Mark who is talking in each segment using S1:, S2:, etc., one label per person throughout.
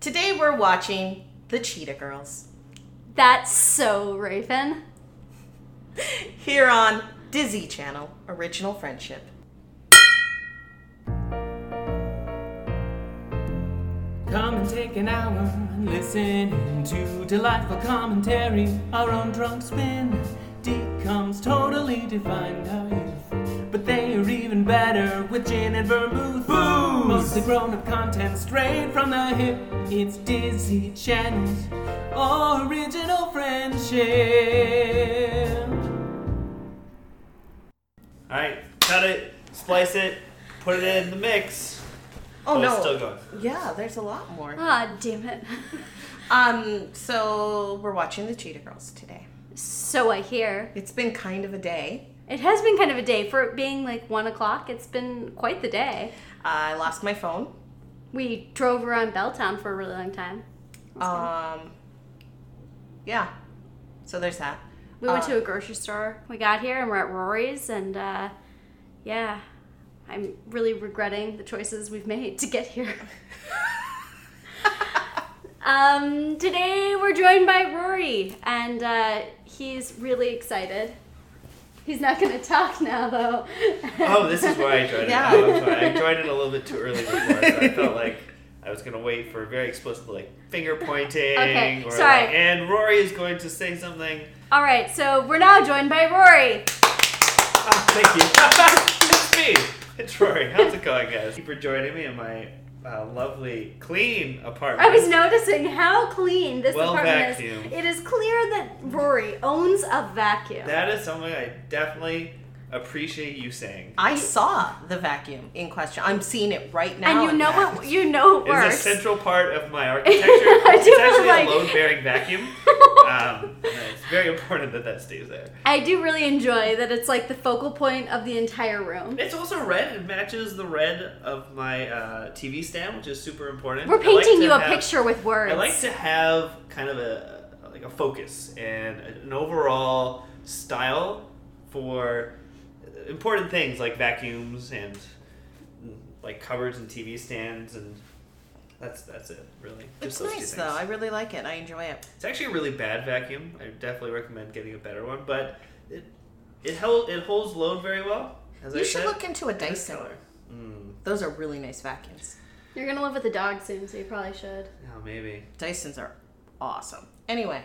S1: Today we're watching The Cheetah Girls
S2: That's so Raven.
S1: here on Dizzy Channel Original Friendship.
S3: Come and take an hour and listen to delightful commentary. Our own drunk spin decomes totally defined our youth. But they are even better with gin and vermouth. Booze! Mostly grown up content straight from the hip. It's Dizzy Channel's original friendship.
S4: All right, cut it, splice it, put it in the mix.
S1: Oh
S4: Oh,
S1: no.
S4: it's still going.
S1: Yeah, there's a lot more.
S2: Ah, damn it.
S1: Um, so we're watching The Cheetah Girls today.
S2: So I hear.
S1: It's been kind of a day.
S2: It has been kind of a day. For it being like one o'clock, it's been quite the day.
S1: I lost my phone.
S2: We drove around Belltown for a really long time.
S1: Um, yeah. So there's that.
S2: We went
S1: Uh,
S2: to a grocery store. We got here and we're at Rory's, and uh, yeah, I'm really regretting the choices we've made to get here. um, today we're joined by Rory, and uh, he's really excited. He's not going to talk now, though.
S4: Oh, this is where I joined it.
S1: Yeah.
S4: Oh, I'm sorry. I joined it a little bit too early before, so I felt like I was gonna wait for very explicit like finger pointing.
S2: Okay,
S4: or
S2: sorry.
S4: like- and Rory is going to say something.
S2: All right, so we're now joined by Rory.
S4: Ah, thank you. it's me. It's Rory. How's it going, guys? Thank you for joining me in my uh, lovely, clean apartment.
S2: I was noticing how clean this
S4: Well
S2: apartment
S4: vacuumed.
S2: is. It is clear that Rory owns a vacuum.
S4: That is something I definitely appreciate you saying.
S1: I saw the vacuum in question. I'm seeing it right now.
S2: and you
S1: in
S2: know
S1: fact.
S2: what? You know it
S4: It's
S2: works.
S4: a central part of my architecture.
S2: I
S4: it's
S2: do
S4: actually
S2: like-
S4: a load-bearing vacuum. Um, and it's very important that that stays there.
S2: I do really enjoy that it's like the focal point of the entire room.
S4: It's also red. It matches the red of my uh, TV stand, which is super important.
S2: We're
S4: I like
S2: painting
S4: to
S2: you a
S4: have-
S2: picture with words.
S4: I like to have kind of a like a focus and an overall style for important things like vacuums and like cupboards and TV stands and that's that's it really.
S1: It's
S4: Just those two
S1: nice
S4: things.
S1: though. I really like it. I enjoy it.
S4: It's actually a really bad vacuum. I definitely recommend getting a better one, but it it held it holds load very well. As I
S1: You should
S4: said.
S1: look into a
S4: This
S1: Dyson.
S4: color. Mm.
S1: Those are really nice vacuums.
S2: You're gonna live with a dog soon, so you probably should.
S4: Oh, maybe.
S1: Dysons are awesome. Anyway,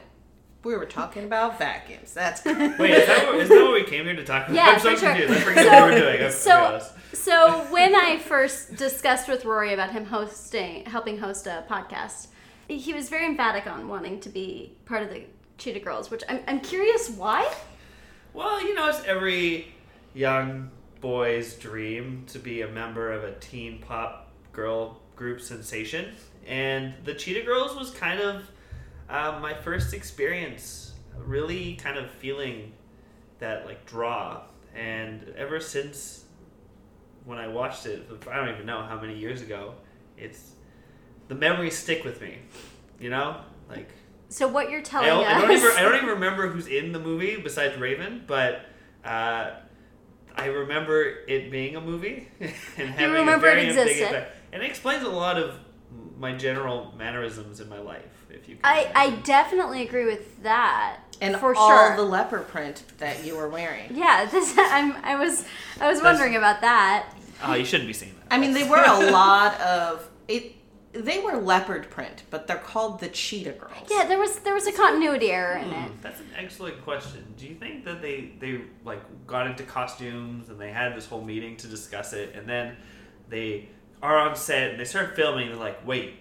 S1: we were talking about vacuums. That's
S4: Wait, is that, what, is that what we came here to talk about?
S2: Yeah,
S4: I'm so
S2: for sure.
S4: confused. I forget what we're
S2: So-
S4: doing. I'm
S2: so-
S4: honest.
S2: So when I first discussed with Rory about him hosting, helping host a podcast, he was very emphatic on wanting to be part of the Cheetah Girls, which I'm, I'm curious why.
S4: Well, you know, it's every young boy's dream to be a member of a teen pop girl group sensation. And the Cheetah Girls was kind of uh, my first experience, really kind of feeling that like draw. And ever since when I watched it, I don't even know how many years ago, it's the memories stick with me, you know? Like,
S2: So what you're telling
S4: I don't, I, don't
S2: us?
S4: even, I don't even remember who's in the movie besides Raven, but uh, I remember it being a movie and having
S2: remember
S4: a
S2: it
S4: very big
S2: existed.
S4: impact. And it explains a lot of my general mannerisms in my life, if you. Can
S2: I, I definitely agree with that.
S1: and
S2: for
S1: all
S2: sure.
S1: the leopard print that you were wearing.
S2: yeah, this I'm I was I was wondering about that.
S4: oh, you shouldn't be saying that.
S1: I mean, they were a lot of it. They were leopard print, but they're called the Cheetah Girls.
S2: Yeah, there was there was a continuity error in it.
S4: Hmm, That's an excellent question. Do you think that they they like got into costumes and they had this whole meeting to discuss it, and then they are on set and they start filming and they're like, wait,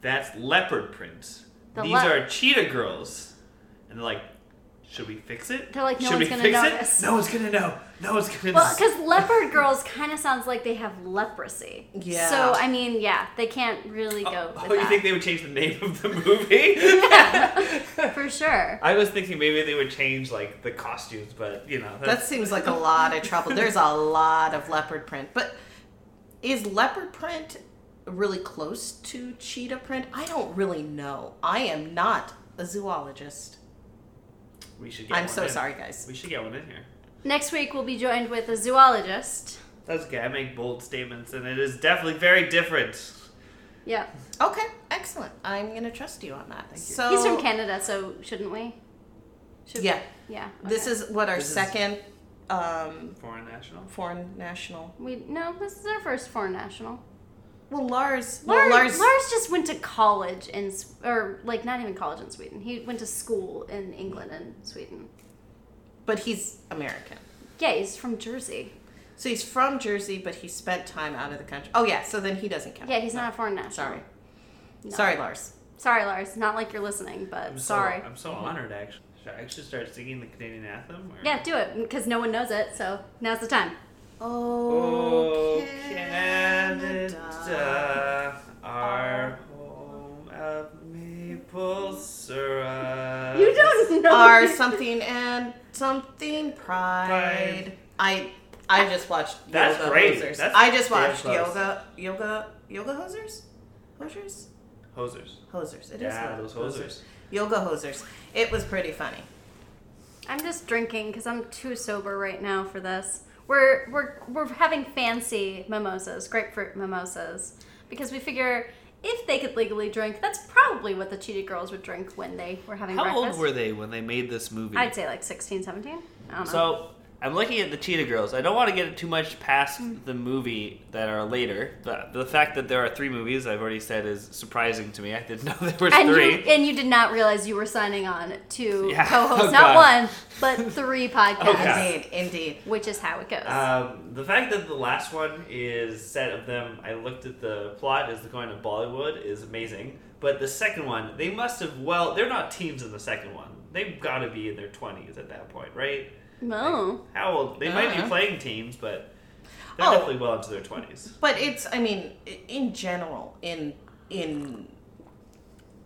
S4: that's leopard print.
S2: The
S4: These
S2: lep-
S4: are cheetah girls, and they're like, should we fix it?
S2: They're like, "No
S4: should
S2: one's
S4: we
S2: gonna
S4: fix
S2: notice."
S4: it? No one's gonna know. No one's gonna.
S2: Well,
S4: know.
S2: because leopard girls kind of sounds like they have leprosy.
S1: Yeah.
S2: So I mean, yeah, they can't really go.
S4: Oh,
S2: with
S4: you
S2: that.
S4: think they would change the name of the movie?
S2: for sure?
S4: I was thinking maybe they would change like the costumes, but you know
S1: That seems like a lot of trouble. There's a lot of leopard print, but is leopard print really close to cheetah print? I don't really know. I am not a zoologist.
S4: we should. Get
S1: I'm
S4: one
S1: so
S4: in.
S1: sorry, guys.
S4: We should get one in here.
S2: Next week we'll be joined with a zoologist.
S4: That's okay. I make bold statements, and it is definitely very different.
S2: Yeah.
S1: Okay, I Excellent. I'm going to trust you on that.
S4: Thank you.
S1: So
S2: He's from Canada, so shouldn't we? Should
S1: Oh. Yeah.
S2: We? Yeah.
S1: This
S2: okay.
S1: is what our
S4: This is-
S1: second um,
S4: Foreign national.
S1: foreign national.
S2: We no. This is our first foreign national.
S1: Well, Lars.
S2: Lars,
S1: well,
S2: Lars,
S1: Lars.
S2: just went to college in, S- or like not even college in Sweden. He went to school in England and Sweden.
S1: But he's American.
S2: Yeah, he's from Jersey.
S1: So he's from Jersey, but he spent time out of the country. Oh yeah, so then he doesn't count.
S2: Yeah, he's
S1: No.
S2: not a foreign national.
S1: Sorry,
S2: No.
S1: sorry, Lars.
S2: Sorry, Lars. Not like you're listening, but
S4: I'm so-
S2: Uh, sorry.
S4: I'm so honored, actually. Should I actually start singing the Canadian anthem? or-
S2: Yeah, do it because no one knows it. So now's the time.
S1: Oh,
S4: Oh, Canada, our home of maple syrup.
S2: You don't know.
S1: Are something and something pride.
S4: Pride.
S1: I I just watched
S4: That's
S1: yoga
S4: great.
S1: hosers.
S4: That's
S1: I just
S4: damn
S1: watched
S4: close.
S1: yoga yoga yoga hosers, hosers,
S4: Hosers.
S1: hosers. It is
S4: Yeah,
S1: yoga.
S4: those hosers.
S1: yoga hosers. It was pretty funny.
S2: I'm just drinking because I'm too sober right now for this. We're we're we're having fancy mimosas, grapefruit mimosas, because we figure if they could legally drink, that's probably what the cheated girls would drink when they were having
S3: How
S2: breakfast.
S3: old were they when they made this movie?
S2: I'd say like 16, 17. I don't know.
S3: So I'm looking at the Cheetah Girls. I don't want to get it too much past the movie that are later. The, the fact that there are three movies, I've already said, is surprising to me. I didn't know there were
S2: and
S3: three.
S2: you and you did not realize you were signing on to
S3: Yeah.
S2: co-host
S3: Oh,
S2: not
S3: God.
S2: one but three
S4: Oh,
S2: podcasts,
S4: God.
S1: Indeed, indeed.
S2: which is how it goes.
S1: Uh,
S4: Um, the fact that the last one is set of them, I looked at the plot as they're going to Bollywood is amazing. But the second one, they must have well, they're not teens in the second one. They've got to be in their twenties at that point, right?
S2: no,
S4: How old? They might
S1: Uh-huh.
S4: be playing teens, but they're
S1: Oh.
S4: definitely well into their twenties.
S1: But it's, I mean, i- in general, in in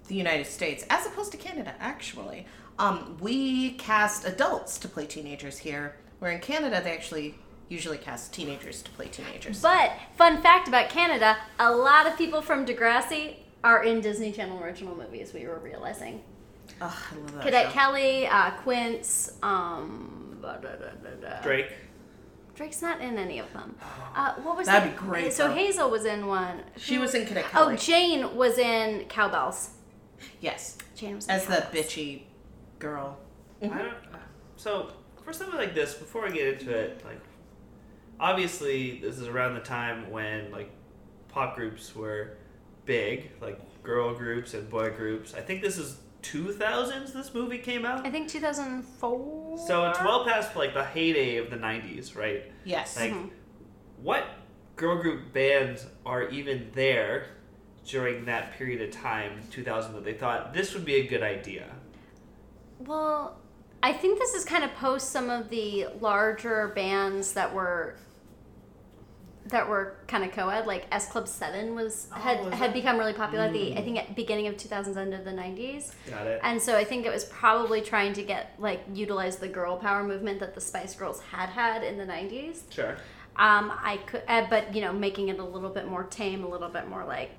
S1: the United States, as opposed to Canada, actually, um, we cast adults to play teenagers here. Where in Canada, they actually usually cast teenagers to play teenagers.
S2: But fun fact about Canada: a lot of people from Degrassi are in Disney Channel original movies. We were realizing
S1: Ugh, I love that.
S2: Cadet
S1: show.
S2: Kelly, uh, Quince, um, da, da, da, da.
S4: Drake.
S2: Drake's not in any of them. Uh, what was
S1: Oh. That'd
S2: that?
S1: be great,
S2: So
S1: though.
S2: Hazel was in one.
S1: She was in Cadet
S2: Oh,
S1: Kelly.
S2: Jane was in Cowbells.
S1: yes,
S2: Jane was in
S1: as the
S2: Cowbells.
S1: bitchy girl.
S4: I don't. So for something like this, before I get into it, like obviously this is around the time when like pop groups were big, like girl groups and boy groups. I think this is two thousands. This movie came out.
S2: I think 2004.
S4: So it's well past like the heyday of the '90s, right?
S1: Yes,
S4: Like, what girl group bands are even there during that period of time, 2000, that they thought this would be a good idea?
S2: Well, I think this is kind of post some of the larger bands that were that were kind of co-ed like S Club 7 was had
S4: Oh, was
S2: had
S4: it? Hmm.
S2: become really popular at the I think at beginning of 2000s end of the 90s.
S4: Got it.
S2: And so I think it was probably trying to get like utilize the girl power movement that the Spice Girls had had in the 90s.
S4: Sure.
S2: Um I could uh, but you know making it a little bit more tame, a little bit more like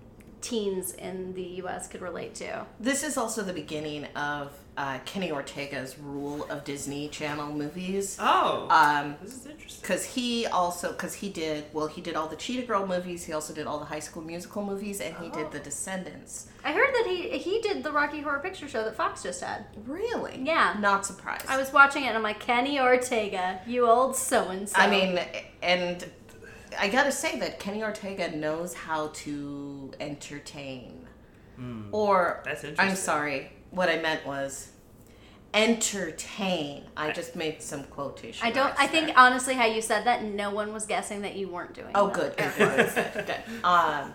S2: teens in the US could relate to.
S1: this is also the beginning of uh, Kenny Ortega's rule of Disney Channel movies.
S4: Oh,
S1: Um,
S4: this is interesting.
S1: because he also because he did well he did all the cheetah girl movies he also did all the high school musical movies and he
S2: Oh.
S1: did the descendants
S2: I heard that he he did the Rocky Horror Picture Show that Fox just had.
S1: really
S2: Yeah.
S1: not surprised
S2: I was watching it and I'm like, Kenny Ortega, you old so and so.
S1: i mean and i gotta say that kenny ortega knows how to entertain or
S4: Hmm. That's
S1: i'm
S4: interesting.
S1: sorry what i meant was entertain i just made some quotation
S2: I don't.
S1: marks
S2: I think
S1: there.
S2: honestly, how you said that, no one was guessing that you weren't doing.
S1: Oh, good.
S2: that.
S1: Good. good, good. Um,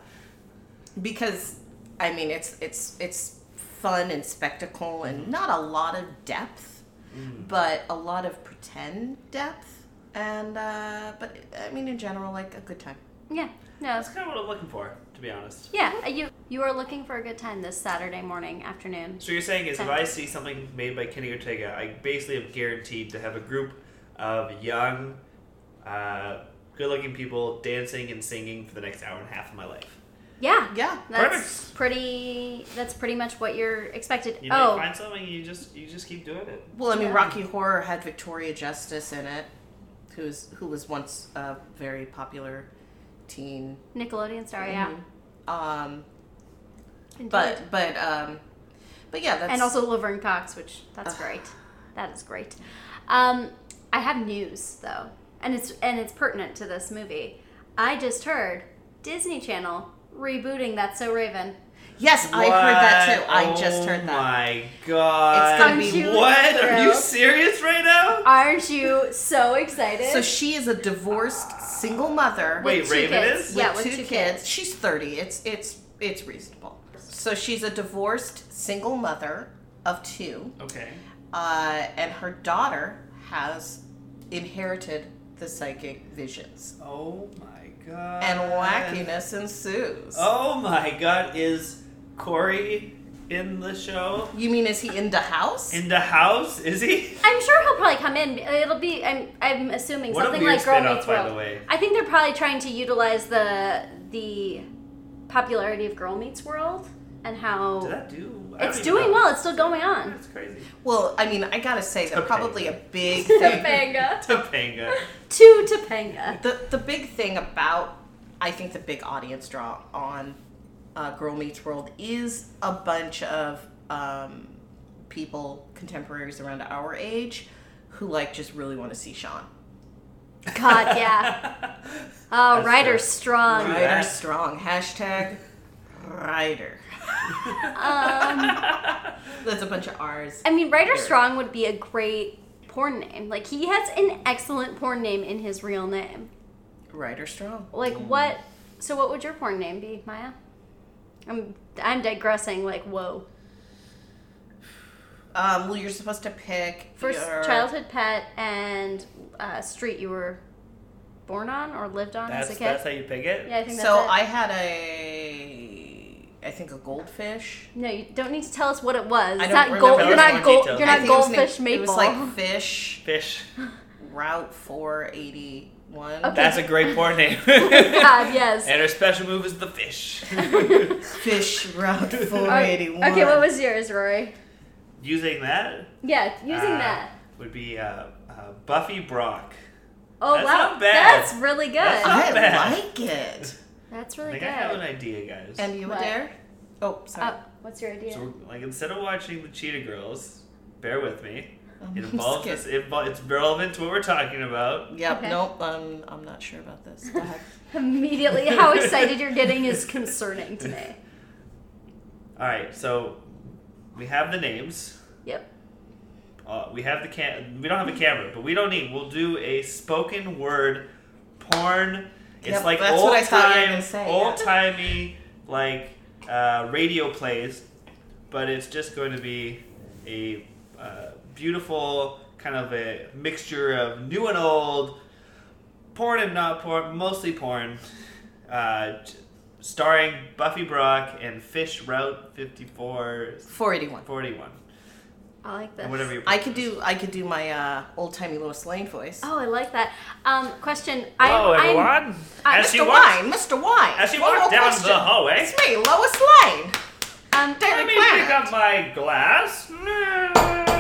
S1: because I mean, it's it's it's fun and spectacle
S2: Mm-hmm.
S1: and not a lot of depth,
S4: Mm.
S1: but a lot of pretend depth. And uh, but I mean, in general, like a good time.
S2: Yeah. No.
S4: That's kind of what I'm looking for, to be honest.
S2: Yeah. uh, You you are looking for a good time this Saturday morning afternoon.
S4: So you're saying is if I see something made by Kenny Ortega, I basically am guaranteed to have a group of young, uh, good-looking people dancing and singing for the next hour and a half of my life.
S2: Yeah.
S1: Yeah.
S2: That's pretty. That's pretty much what you're expected.
S4: You
S2: oh,
S4: might find something, you just you just keep doing it.
S1: Well, I mean,
S2: Yeah.
S1: Rocky Horror had Victoria Justice in it, who's who was once a very popular teen.
S2: Oh, Nickelodeon. Sorry. Yeah.
S1: Um,
S2: Indeed.
S1: Mm-hmm. But but um, but yeah, that's
S2: and also Laverne Cox, which that's great. That is great. Um, I have news though, and it's and it's pertinent to this movie. I just heard Disney Channel rebooting That's So Raven.
S1: yes, I heard that too.
S4: What?
S1: I just heard
S4: Oh
S1: that.
S4: my god.
S1: It's gonna be
S2: June
S4: What? Are you
S2: 12th.
S4: serious right now?
S2: Aren't you so excited?
S1: So she is a divorced single mother.
S4: Wait,
S2: With two
S4: Raven
S2: kids.
S4: is?
S2: Yeah, with two kids.
S1: She's thirty. It's it's it's reasonable. So she's a divorced single mother of two,
S4: Okay.
S1: uh, and her daughter has inherited the psychic visions,
S4: Oh my god.
S1: and wackiness ensues.
S4: Oh my god, is Corey in the show?
S1: You mean is he in the house?
S4: In the house? Is he?
S2: I'm sure he'll probably come in. It'll be I'm I'm assuming
S4: What a
S2: something
S4: weird
S2: like Girl
S4: spin-off,
S2: Meets
S4: by
S2: World.
S4: the way.
S2: I think they're probably trying to utilize the the popularity of Girl Meets World and
S4: Did
S2: how
S4: that do? I don't
S2: it's
S4: even
S2: doing
S4: know.
S2: well. It's still going on.
S4: That's crazy.
S1: well, I mean, I gotta say that
S4: Topanga.
S1: probably a big thing
S2: Topanga.
S4: Topanga.
S2: to Topanga.
S1: the the big thing about I think the big audience draw on uh, Girl Meets World is a bunch of um, people contemporaries around our age who like just really want to see Sean.
S2: God, yeah. Oh,
S4: That's
S2: writer
S4: fair.
S2: strong.
S4: Right.
S1: Writer
S4: that.
S1: strong hashtag writer.
S2: Um,
S1: That's a bunch of R's.
S2: I mean, writer
S1: Fair.
S2: strong would be a great porn name. Like he has an excellent porn name in his real name.
S1: Writer strong.
S2: Like
S4: Mm.
S2: what? So what would your porn name be, Maya? I'm I'm digressing. Like whoa.
S1: Um, well, you're supposed to pick
S2: First
S1: your-
S2: childhood pet and uh, street you were born on or lived on
S4: That's,
S2: as a kid.
S4: that's how you pick it?
S2: yeah, I think that's
S1: So
S2: it.
S1: I had a, I think a goldfish.
S2: no, you don't need to tell us what it was.
S1: I
S2: It's
S1: don't
S2: not gold.
S1: remember.
S2: You're
S4: Tell
S2: not
S4: us more
S2: gold.
S4: details.
S2: You're
S1: I
S2: not
S1: think it was
S2: goldfish
S1: named-
S2: maple.
S1: It was like fish.
S4: Fish.
S1: Route 481.
S2: Okay.
S4: That's a great porn name.
S2: God, yes.
S4: And her special move is the fish.
S1: Fish Route
S2: Okay,
S1: 481.
S2: Oh, okay, what was yours, Rory?
S4: Using that
S2: Yeah, using
S4: Uh,
S2: that.
S4: would be uh, uh, Buffy Brock.
S2: Oh
S4: that's
S2: wow,
S4: not bad.
S2: that's really good.
S4: That's
S2: That's,
S4: not-
S1: I
S4: bad.
S1: like it.
S4: I
S2: really
S4: think
S2: good.
S4: I have an idea, guys.
S1: And you
S2: What?
S1: there? Oh, sorry.
S2: Uh, what's your idea?
S4: So, we're- like, instead of watching the Cheetah Girls, bear with me.
S1: I'm
S4: It involves
S1: scared.
S4: this. It, invol- it's relevant to what we're talking about.
S1: Yep,
S2: Okay.
S1: nope, um, I'm not sure about this. Go ahead.
S2: Immediately, how excited you're getting is concerning to me.
S4: All right, so we have the names.
S2: Yep.
S4: Uh, we have the cam. We don't have a camera, but we don't need. We'll do a spoken word porn. It's
S1: Yep,
S4: like
S1: that's
S4: old
S1: what I thought you were
S4: time,
S1: gonna say, yeah.
S4: old timey, like uh, radio plays, but it's just going to be a uh, beautiful kind of a mixture of new and old, porn and not porn, mostly porn, uh, j- starring Buffy Brock and Fish Route 54,
S1: 481.
S4: 41,
S2: I like this.
S4: and whatever you.
S1: I could do I could do my uh, old timey Lois Lane voice.
S2: Oh, I like that. Um, question.
S4: Hello,
S2: I, I'm-
S4: everyone.
S1: uh,
S2: I-
S4: as she
S1: Mr.
S4: walks,
S1: Wine, Mr. Wine.
S4: as she
S1: one
S4: walks
S1: more
S4: down
S1: question.
S4: the hallway,
S1: It's me, Lois Lane.
S2: Um,
S4: let
S1: Daily
S4: me
S1: Planet.
S4: pick up my glass.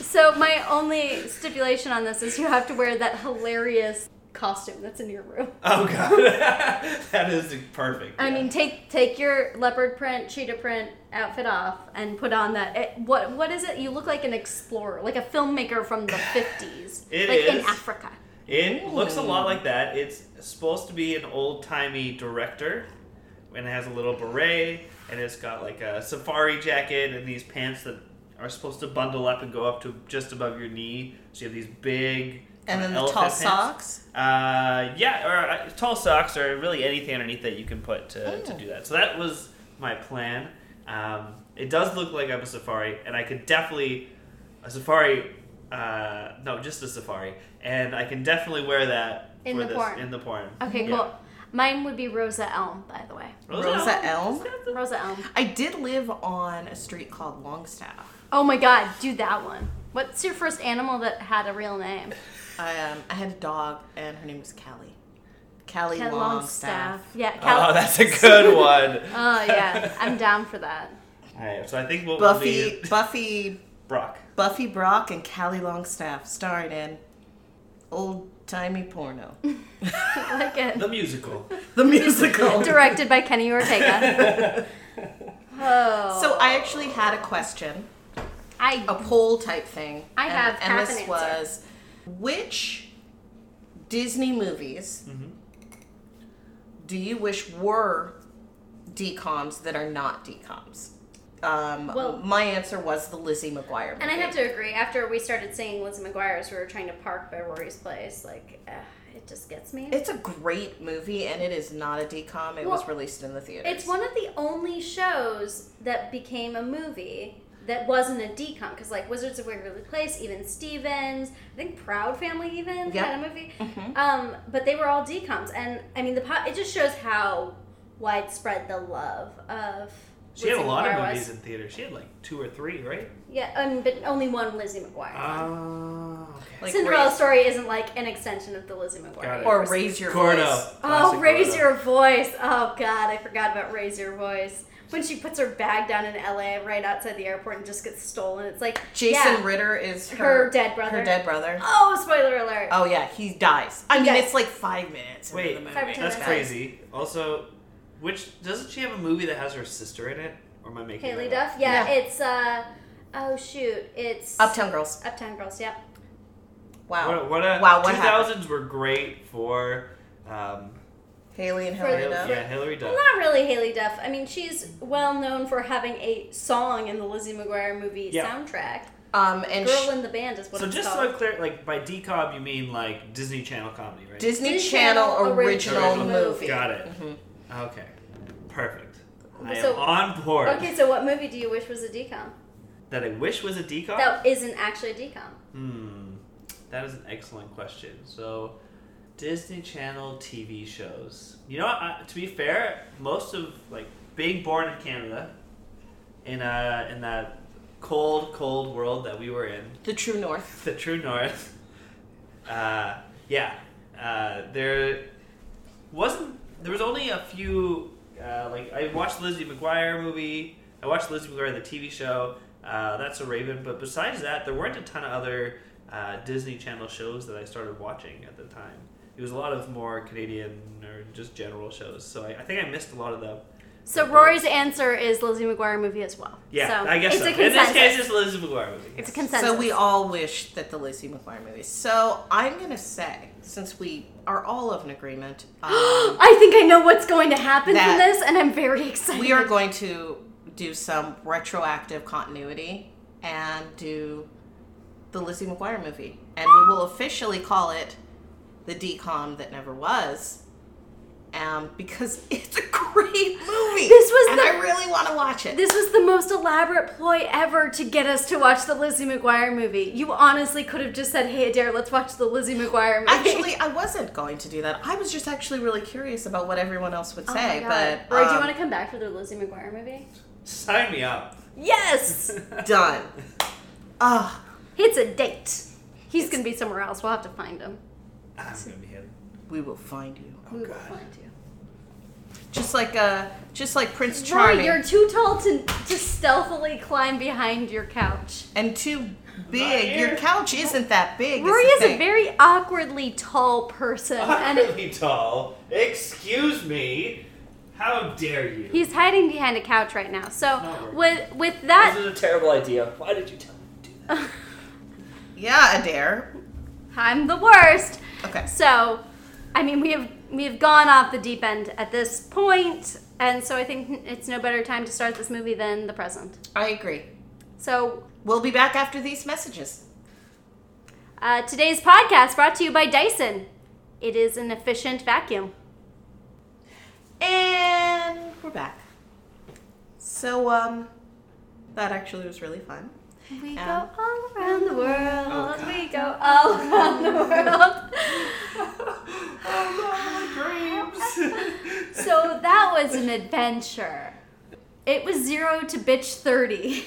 S2: so my only stipulation on this is you have to wear that hilarious costume that's in your room.
S4: Oh god, that is perfect.
S2: I mean, take take your leopard print, cheetah print outfit off and put on that. It, what what is it? You look like an explorer, like a filmmaker from the fifties,
S4: It
S2: like in
S4: is.
S2: Africa.
S4: it looks a lot like that. It's supposed to be an old timey director, and it has a little beret, and it's got like a safari jacket and these pants that are supposed to bundle up and go up to just above your knee. So you have these big
S1: And
S4: uh,
S1: then the
S4: elephant
S1: tall
S4: pants.
S1: socks.
S4: Uh, yeah, or uh, tall socks, or really anything underneath that you can put to, to
S1: Oh.
S4: do that. So that was my plan. Um, it does look like I'm a safari, and I could definitely a safari. Uh, no, just a safari, and I can definitely wear that
S2: In
S4: for
S2: the
S4: this,
S2: porn.
S4: In the porn.
S2: Okay,
S4: Yeah.
S2: cool. Mine would be Rosa Elm, by the way.
S1: Rosa Elm?
S4: Is that the-
S2: Rosa Elm.
S1: I did live on a street called Longstaff.
S2: Oh my God, do that one. What's your first animal that had a real name?
S1: I, um, I had a dog, and her name was Callie. Callie,
S2: Cat
S1: Longstaff.
S2: Yeah.
S4: Oh,
S2: Cal-
S4: that's a good one.
S2: oh yeah, I'm down for that.
S4: All right, so I think what we'll
S1: Buffy,
S4: need
S1: Buffy,
S4: Brock.
S1: Buffy Brock, and Callie Longstaff starring in old timey porno,
S2: I like it.
S4: The musical.
S1: the musical.
S2: Directed by Kenny Ortega. Oh.
S1: So I actually had a question,
S2: I
S1: a poll type thing.
S2: Mm-hmm. I
S1: and,
S2: have
S1: and
S2: half
S1: this
S2: an answer.
S1: was which Disney movies do you wish were DComs that are not DComs? Um,
S2: Well-
S1: my answer was the Lizzie McGuire movie.
S2: and I have to agree. After we started singing Lindsay McGuire's, we were trying to park by Rory's place. Like, uh, it just gets me.
S1: It's a great movie, and it is not a decom. It was
S2: Well,
S1: released in the theater.
S2: It's one of the only shows that became a movie that wasn't a decom because like Wizards of Waverly Place, even Stevens, I think Proud Family even
S1: Yep.
S2: had a movie.
S4: Mm-hmm.
S2: Um, but they were all decoms, and I mean the po- it just shows how widespread the love of
S4: She had a
S2: Lizzie
S4: lot of
S2: McGuire
S4: movies
S2: Was.
S4: in theater. She had like two or three, right?
S2: Yeah, um, but only one Lizzie McGuire.
S4: Ah,
S2: one.
S1: Uh,
S4: Oh, okay.
S1: like
S2: Cinderella
S1: raise,
S2: story isn't like an extension of the Lizzie McGuire.
S4: Got it.
S1: or
S2: universe.
S1: raise your
S4: Cordo.
S1: voice.
S2: Oh,
S4: Classic
S2: raise
S4: Cordo.
S2: your voice. Oh, God, I forgot about raise your voice. When she puts her bag down in LA right outside the airport and just gets stolen, it's like
S1: Jason
S2: yeah.
S1: Ritter is her,
S2: Her dead brother.
S1: Her dead brother.
S2: Oh, spoiler alert.
S1: Oh yeah, he dies. I
S2: He
S1: mean,
S2: dies.
S1: it's like five minutes. into
S4: Wait,
S1: the movie.
S2: Five or ten
S4: that's
S2: minutes.
S4: crazy. Also, which doesn't she have a movie that has her sister in it? Or am I making
S2: Haley
S4: that up?
S2: Duff. Yeah,
S1: Yeah.
S2: it's uh, oh shoot, it's
S1: Uptown Girls.
S2: Uptown Girls. Yep.
S1: Wow.
S4: What a, what a,
S1: wow. What happened?
S4: 2000s were great for um,
S1: Haley and
S2: For-
S1: Hilary
S4: Hillary,
S1: Duff.
S4: yeah, Hillary Duff.
S2: Well, not really Haley Duff. I mean, she's well known for having a song in the Lizzie McGuire movie
S4: Yeah.
S2: soundtrack.
S1: Um, and sh-
S2: Girl in the Band is what
S4: So
S2: it's
S4: just so
S2: called.
S4: I'm clear, like by DCOM you mean like Disney Channel comedy, right?
S1: Disney,
S2: Disney
S1: Channel
S2: Channel
S1: original,
S2: original
S1: movie. Mm-hmm.
S4: Got it. Okay, perfect. I am
S2: So-
S4: on board.
S2: okay, so what movie do you wish was a decom?
S4: That I wish was a DCOM.
S2: That isn't actually a decom.
S4: Hmm. That is an excellent question. So, Disney Channel TV shows. You know, I, to be fair, most of like being born in Canada, in uh in that cold, cold world that we were in,
S1: The True North.
S4: the True North. Uh, yeah, uh, there wasn't. There was only a few. Uh, like I watched Lizzie McGuire movie. I watched Lizzie McGuire the TV show. Uh, That's a Raven. But besides that, there weren't a ton of other uh, Disney Channel shows that I started watching at the time. It was a lot of more Canadian or just general shows. So I, I think I missed a lot of them.
S2: So
S4: Okay.
S2: Rory's answer is Lizzie McGuire movie as well.
S4: Yeah,
S2: so
S4: I guess
S2: it's
S4: so.
S2: a
S4: in this
S2: consensus.
S4: case, it's the Lizzie McGuire movie.
S2: it's a consensus.
S1: So we all wish that the Lizzie McGuire movie. So I'm gonna say, since we are all of an agreement, um,
S2: I think I know what's going to happen
S1: That-
S2: from this, and I'm very excited.
S1: we are going to do some retroactive continuity and do the Lizzie McGuire movie, and we will officially call it the DCOM that never was, um, because it's a great movie.
S2: This was
S1: and
S2: the-
S1: I really want to watch it.
S2: This was the most elaborate ploy ever to get us to watch the Lizzie McGuire movie. You honestly could have just said, "Hey Adair, let's watch the Lizzie McGuire movie."
S1: Actually, I wasn't going to do that. I was just actually really curious about what everyone else would
S2: Oh my
S1: say.
S2: God.
S1: but
S2: Rory, do
S1: um,
S2: you want to come back for the Lizzie McGuire movie?
S4: Sign me up.
S2: Yes,
S1: done. Ah,
S2: it's a date. He's gonna be somewhere else. We'll have to find him.
S4: I'm gonna be him.
S1: we will find you.
S4: Oh
S2: we will
S4: god.
S2: find you.
S1: Just like uh, just like Prince Charming.
S2: Rory, you're too tall to to stealthily climb behind your couch.
S1: and too
S4: Not
S1: big.
S4: here.
S1: Your couch isn't that big.
S2: Rory
S1: is
S2: is
S1: the
S2: a
S1: thing.
S2: very awkwardly tall person, and it-
S4: Awkwardly tall. Excuse me. How dare you?
S2: he's hiding behind a couch right now.
S4: Not
S2: So
S4: working.
S2: with with
S4: this
S2: that,
S4: is a terrible idea. Why did you tell me to do that?
S1: yeah, Adair.
S2: I'm the worst.
S1: Okay.
S2: So, I mean, we have we have gone off the deep end at this point, and so I think it's no better time to start this movie than the present.
S1: I agree.
S2: So.
S1: We'll be back after these messages.
S2: Uh, today's podcast brought to you by Dyson. It is an efficient vacuum.
S1: And we're back. So um that actually was really fun. Um,
S2: We go all around the world.
S4: Oh, God.
S2: we go all around the world.
S4: Oh, dreams.
S2: so that was an adventure. It was zero to bitch thirty.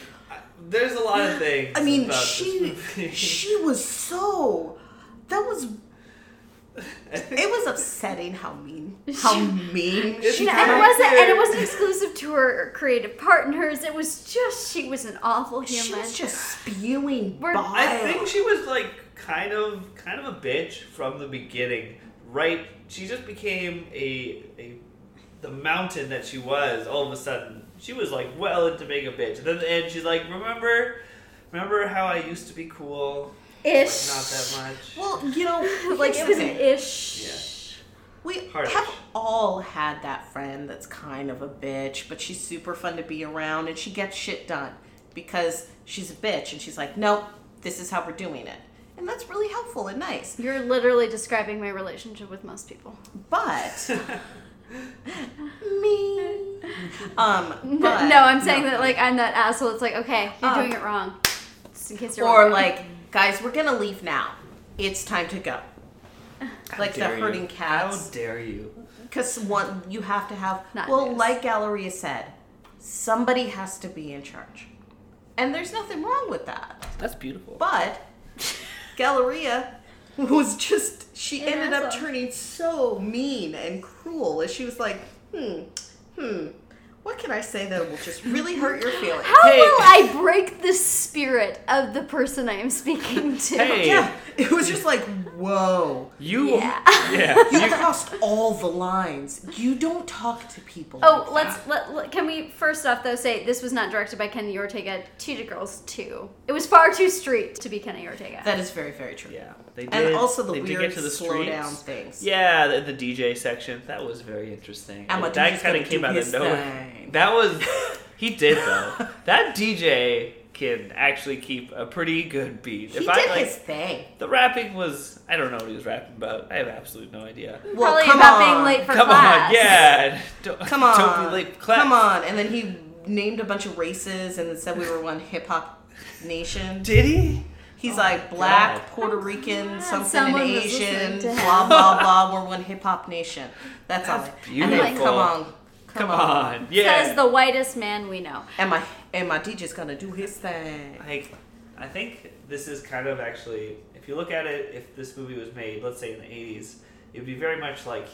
S4: There's a lot of things.
S1: I mean,
S4: about
S1: she
S4: this movie.
S1: she was so that was
S4: I think
S1: it was upsetting how mean how mean
S4: It's
S1: she
S2: No,
S4: not
S2: and it
S1: was.
S2: wasn't. And
S4: fair.
S2: it wasn't exclusive to her creative partners. It was just she was an awful human.
S1: She was just spewing
S2: We're-
S1: bile.
S4: I think she was like kind of kind of a bitch from the beginning. Right? She just became a a the mountain that she was all of a sudden. She was like well into being a bitch. And then at the end, she's like, remember, remember how I used to be cool, but
S5: Ish.
S4: not that much.
S1: Well, you know,
S2: like
S1: like
S2: it was
S1: okay.
S2: an ish.
S1: We
S4: Harsh.
S1: have all had that friend that's kind of a bitch, but she's super fun to be around and she gets shit done because she's a bitch and she's like, nope, this is how we're doing it. And that's really helpful and nice.
S2: You're literally describing my relationship with most people.
S1: But me. Um, but,
S2: no, I'm saying that like I'm that asshole. It's like okay, you're
S1: Oh.
S2: doing it wrong. Just in case you're
S1: Or
S2: wrong.
S1: like, guys, we're gonna leave now. It's time to go. like the
S4: dare you.
S1: herding
S4: How
S1: cats.
S4: dare you?
S1: Because one, you have to have.
S2: Not
S1: well,
S2: news.
S1: like Galleria said, somebody has to be in charge, and there's nothing wrong with that.
S3: That's beautiful.
S1: But Galleria was just she
S2: An
S1: ended up
S2: asshole.
S1: turning so mean and cruel as she was like, hmm, hmm. What can I say that will just really hurt your feelings?
S2: how
S3: Hey.
S2: will I break the spirit of the person I am speaking to?
S3: Hey.
S1: Yeah, it was just like, whoa.
S3: You.
S2: Yeah.
S3: yeah.
S1: You crossed all the lines. You don't talk to people.
S2: Oh, let's let, let- can we first off though say this was not directed by Kenny Ortega. Cheetah Girls two. It was far too street to be Kenny Ortega.
S1: That is very, very true.
S4: Yeah, they did.
S1: And also the
S4: they did
S1: weird
S4: get to the
S1: slow down
S4: streets.
S1: things.
S4: Yeah, the, the DJ section that was very interesting.
S1: And what
S4: that
S1: DJ's
S4: kinda
S1: gonna
S4: came
S1: do
S4: out of
S1: his
S4: nowhere.
S1: thing.
S4: That was he did though. that DJ can actually keep a pretty good beat.
S1: He
S4: if
S1: did
S4: I like,
S1: his thing.
S4: the rapping was I don't know what he was rapping about. I have absolutely no idea.
S1: Well,
S2: Probably
S1: come
S2: about
S1: on.
S2: being late for
S4: Come
S2: class.
S4: on, yeah. Don't,
S1: Come on.
S4: don't be late. for Class.
S1: Come on. And then he named a bunch of races and said we were one hip hop nation.
S4: Did he?
S1: He's like black,
S4: Oh God.
S1: Puerto Rican, something
S2: someone
S1: and
S2: was
S1: Asian,
S2: listening to him.
S1: blah blah blah. We're one hip hop nation. That's, all.
S4: That's
S1: And then
S4: beautiful.
S1: come on, come,
S4: Come on, yeah.
S2: Says the whitest man we know.
S1: And my and my DJ's gonna do his thing.
S4: Like, I think this is kind of actually, if you look at it, if this movie was made, let's say in the 80s, it would be very much like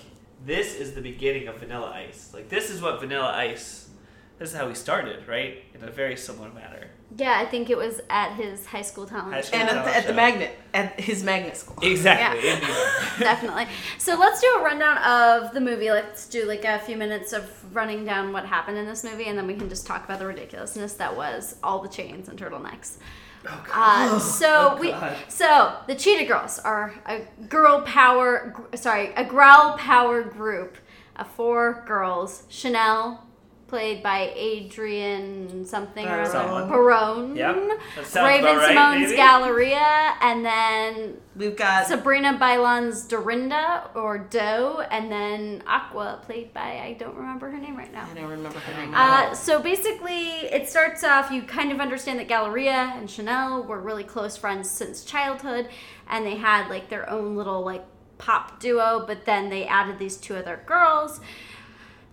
S4: this is the beginning of Vanilla Ice. Like, this is what Vanilla Ice, this is how we started, right? In a very similar manner.
S2: Yeah, I think it was at his high school talent.
S4: High school
S1: And at the, at the
S4: show.
S1: magnet, at his magnet school.
S4: Exactly.
S2: Yeah.
S4: Indiana.
S2: Definitely. So let's do a rundown of the movie. Let's do like a few minutes of running down what happened in this movie, and then we can just talk about the ridiculousness that was all the chains and turtlenecks. Uh, so we,
S4: Oh, God.
S2: so the Cheetah Girls are a girl power, gr- sorry, a growl power group of four girls. Chanel, played by Adrian something or other,
S1: Barone.
S2: Barone.
S4: Yep. That sounds
S2: Raven
S4: about right,
S2: Simone's
S4: maybe.
S2: Galleria, and then
S1: We've got
S2: Sabrina Bailon's Dorinda or Doe, and then Aqua, played by I don't remember her name right now.
S1: I don't remember her name.
S2: Uh, so basically, it starts off. You kind of understand that Galleria and Chanel were really close friends since childhood, and they had like their own little like pop duo. But then they added these two other girls.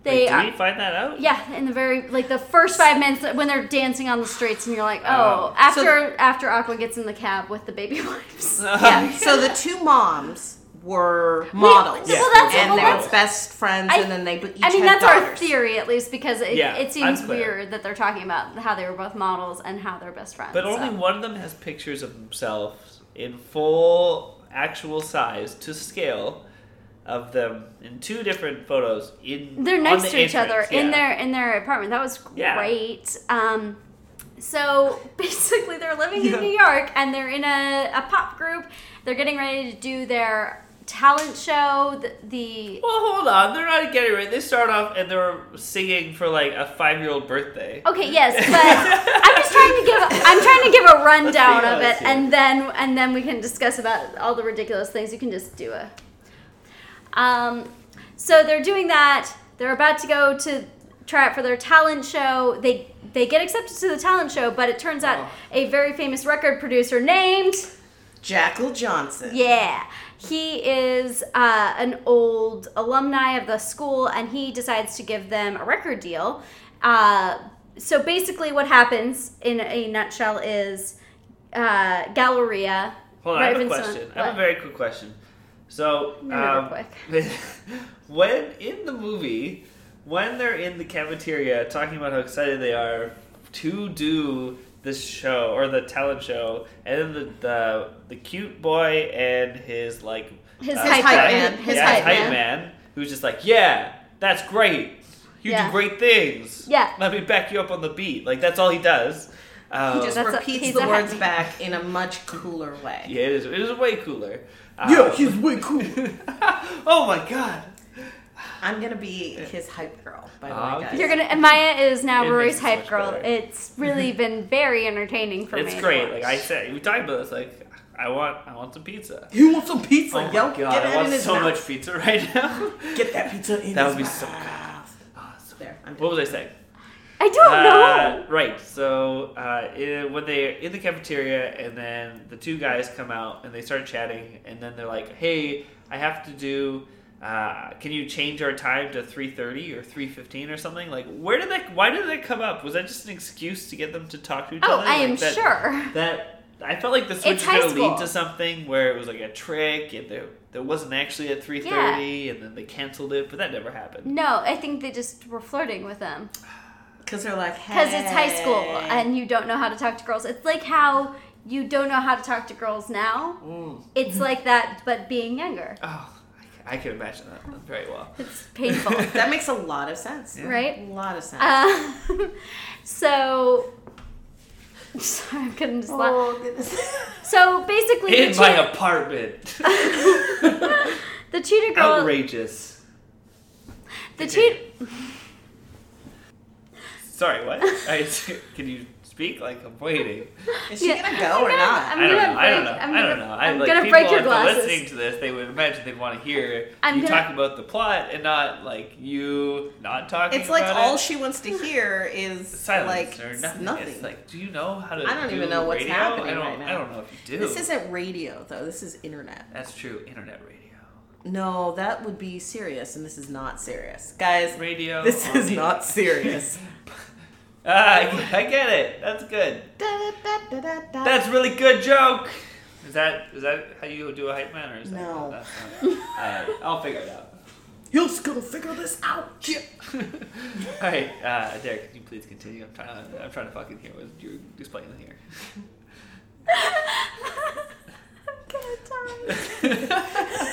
S2: They
S4: Wait,
S2: are,
S4: did we find that out?
S2: yeah, in the very like the first five minutes when they're dancing on the streets, and you're like, oh,
S4: Oh.
S2: after
S1: So-
S2: after Aqua gets in the cab with the baby wives.
S1: yeah. Um, So the two moms were models,
S2: well, that's-
S1: and
S2: well,
S1: they
S2: that's-
S1: were best friends,
S2: I-
S1: and then they b- each
S2: I mean,
S1: had
S2: that's
S1: daughters.
S2: our theory, at least, because it,
S4: Yeah,
S2: it seems
S4: unclear.
S2: weird that they're talking about how they were both models and how they're best friends.
S4: But
S2: so.
S4: only one of them has pictures of themselves in full actual size to scale of them in two different photos in
S2: they're
S4: on
S2: next
S4: the
S2: to each other
S4: entrance,
S2: in
S4: yeah.
S2: their in their apartment. That was
S4: Yeah.
S2: great. Um, so basically, they're living in New York and they're in a, a pop group. They're getting ready to do their talent show. The, the
S4: Well, hold on. They're not getting ready. They start off and they're singing for like a five-year-old birthday.
S2: Okay, yes, but I'm just trying to give I'm trying to give a rundown of it
S4: honest here.
S2: and then and then we can discuss about all the ridiculous things. You can just do a um so they're doing that. They're about to go to try out for their talent show. They they get accepted to the talent show, but it turns out a very famous record producer named
S1: Jackal Johnson.
S2: yeah. He is uh, an old alumni of the school and he decides to give them a record deal. Uh, so basically, what happens in a nutshell is uh, Galleria.
S4: Hold on. I have a
S2: Ravenson-
S4: question. I have
S2: what?
S4: a very quick question. So,
S2: Never
S4: um, when in the movie, when they're in the cafeteria talking about how excited they are to do this show or the talent show, and then the the, the cute boy and his like
S2: His
S4: uh,
S2: hype
S1: hype
S2: man.
S1: man.
S2: His
S4: yeah,
S2: hype man.
S4: man, who's just like, yeah, that's great. You
S2: Yeah.
S4: do great things.
S2: Yeah.
S4: Let me back you up on the beat. Like that's all he does. Um,
S1: He just
S2: That's a-
S1: repeats
S2: he's
S1: the
S2: a
S1: words
S2: happy-
S1: back in a much cooler way.
S4: yeah, it is. It is way cooler. Um,
S1: way cool.
S4: oh my god.
S1: I'm gonna be his hype girl. By the
S4: Ah,
S1: way,
S4: okay.
S1: guys.
S2: You're gonna. And Maya is now
S4: It
S2: Rory's
S4: makes it
S2: hype
S4: much
S2: girl.
S4: better.
S2: It's really been very entertaining for me.
S4: It's
S2: to
S4: great.
S2: watch.
S4: Like I said, we talked about this. Like I want, I want some pizza.
S1: You want some pizza?
S4: oh my
S1: yo,
S4: god,
S1: get that
S4: I want
S1: in his
S4: so
S1: mouth.
S4: much pizza right now.
S1: Get that pizza in.
S4: That
S1: his
S4: would be
S1: mouth.
S4: so good.
S1: There. I'm
S4: what
S1: done.
S4: was I saying?
S2: I don't
S4: Uh,
S2: know.
S4: right. So uh, in, when they're in the cafeteria, and then the two guys come out and they start chatting, and then they're like, "Hey, I have to do. Uh, can you change our time to three thirty or three fifteen or something? Like, where did that? Why did that come up? Was that just an excuse to get them to talk to each
S2: Oh,
S4: other?
S2: I am
S4: Like, that-
S2: sure.
S4: that I felt like the switch was
S2: It's high
S4: going to lead
S2: school.
S4: to something where it was like a trick, and there there wasn't actually at three thirty, and then they canceled it, but that never happened.
S2: No, I think they just were flirting with them
S1: Because they're like, hey.
S2: because it's high school and you don't know how to talk to girls. It's like how you don't know how to talk to girls now. It's like that, but being younger.
S4: Oh, I, I can imagine that very well.
S2: It's painful.
S1: That makes a lot of sense.
S2: Right?
S1: A lot of sense.
S2: Uh, so, sorry, I couldn't just laugh.
S1: Oh.
S2: So basically, the
S4: In my
S2: cheetah,
S4: apartment,
S2: the cheetah girl,
S4: outrageous.
S2: the cheetah.
S4: Sorry, what? I, can you speak? Like I'm waiting.
S1: Is she
S2: yeah.
S1: gonna go or
S2: I'm gonna-
S1: not?
S2: I'm
S4: I don't
S2: gonna
S4: know. I don't know.
S2: break- I'm
S4: I don't know.
S2: gonna-
S4: I,
S2: I'm
S4: like,
S2: gonna
S4: people,
S2: break your
S4: if they're
S2: glasses.
S4: Listening to this, they would imagine they'd want to hear
S2: I'm
S4: you
S2: gonna-
S4: talk about the plot and not like you not talking.
S1: It's like
S4: about
S1: all
S4: it.
S1: she wants to hear is
S4: silence
S1: like
S4: or
S1: s-
S4: nothing. It's like, do you know how to?
S1: I don't
S4: do
S1: even know what's
S4: radio?
S1: happening
S4: I don't,
S1: right now.
S4: I don't know if you do.
S1: this isn't radio though. This is internet.
S4: That's true. Internet radio.
S1: No, that would be serious, and this is not serious, guys.
S4: Radio.
S1: This
S4: on
S1: is
S4: the-
S1: not serious.
S4: Ah, I, I get it. That's good.
S1: Da, da, da, da, da.
S4: That's really good joke. Is that is that how you do a hype man or is that
S1: No.
S4: That's not it. Alright, I'll figure it out.
S1: You're just gonna figure this out. Yeah.
S4: All right, uh, Derek, can you please continue? I'm trying. To, I'm trying to fucking hear what you're explaining
S2: I'm gonna die.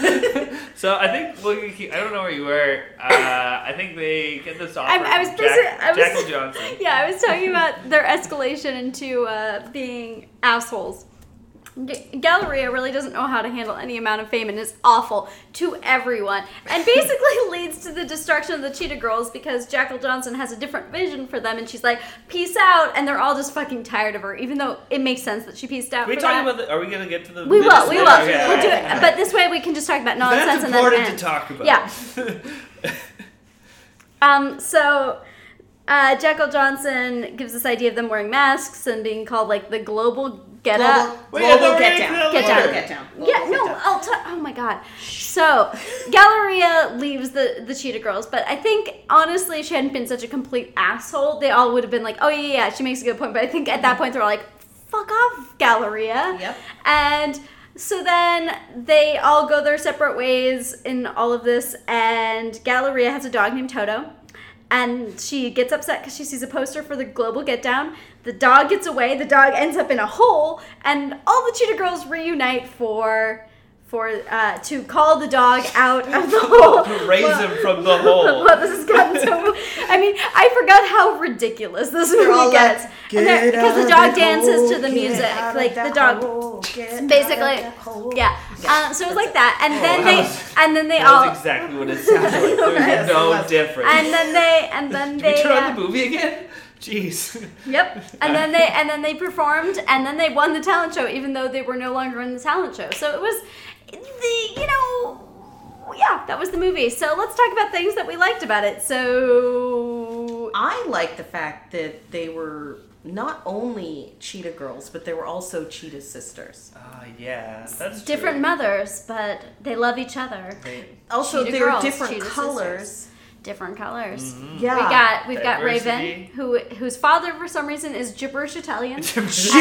S4: here. so I think well, you keep- I don't know where you were. Uh, I think they get this offer.
S2: I'm- I was
S4: from
S2: basically-
S4: Jack,
S2: I was-
S4: Jackal Johnson.
S2: Yeah, I was talking about their escalation into uh, being assholes. G- Galleria really doesn't know how to handle any amount of fame and is awful to everyone. And basically leads to the destruction of the Cheetah Girls because Jackal Johnson has a different vision for them and she's like, peace out. And they're all just fucking tired of her, even though it makes sense that she peaced out.
S4: Are we
S2: for
S4: talking
S2: that.
S4: about? The, are we gonna get to the?
S2: We will, we will.
S4: Okay.
S2: We'll do it. But this way we can just talk about nonsense
S4: That's
S2: and then
S4: important to
S2: end.
S4: talk about.
S2: Yeah. Um, so uh, Jekyll Johnson gives this idea of them wearing masks and being called like the global get
S1: Global,
S2: up.
S4: Wait, I
S1: global
S4: thought we
S1: get,
S4: were
S1: down.
S4: gonna
S1: Global
S2: get down.
S1: Get down.
S2: Yeah,
S1: Global
S2: no,
S1: get down.
S2: I'll tell. Oh my god. So Galleria leaves the the Cheetah Girls, but I think honestly, if she hadn't been such a complete asshole, they all would have been like, oh yeah, yeah, yeah, she makes a good point. But I think at that point they're all like, fuck off, Galleria.
S1: Yep.
S2: And so then they all go their separate ways in all of this, and Galleria has a dog named Toto. And she gets upset because she sees a poster for the global get down. The dog gets away. The dog ends up in a hole, and all the cheetah girls reunite for, for uh, to call the dog out of the hole.
S4: Raise
S2: Well-
S4: him from the hole.
S2: well, this has gotten so. I mean, I forgot how ridiculous this movie
S1: all like,
S2: gets. And they're- because the dog dances to the music, like the dog. Basically, yeah. Uh, so it was like that, and then
S4: Oh, that
S2: they,
S4: was-
S2: and then they all,
S4: That's exactly what it sounds like. There's
S1: Yes,
S4: no
S1: yes.
S4: difference.
S2: and then they, and then
S4: Did
S2: they.
S4: we turn
S2: uh,
S4: on the movie again? Jeez.
S2: Yep. And then they and then they performed and then they won the talent show even though they were no longer in the talent show. So it was the you know yeah, that was the movie. So let's talk about things that we liked about it. So
S1: I like the fact that they were not only cheetah girls, but they were also cheetah sisters.
S4: Ah, yeah. That's
S2: different
S4: true.
S2: mothers, but they love each other.
S4: They-
S1: Also,
S2: Cheetah
S1: they were
S2: girls,
S1: different
S2: cheetah
S1: colors.
S2: sisters. Different colors.
S1: Yeah.
S2: We got we've got Raven,
S4: Mm-hmm.
S2: who
S4: Diversity.
S2: whose father for some reason is gibberish Italian.
S1: Gibberish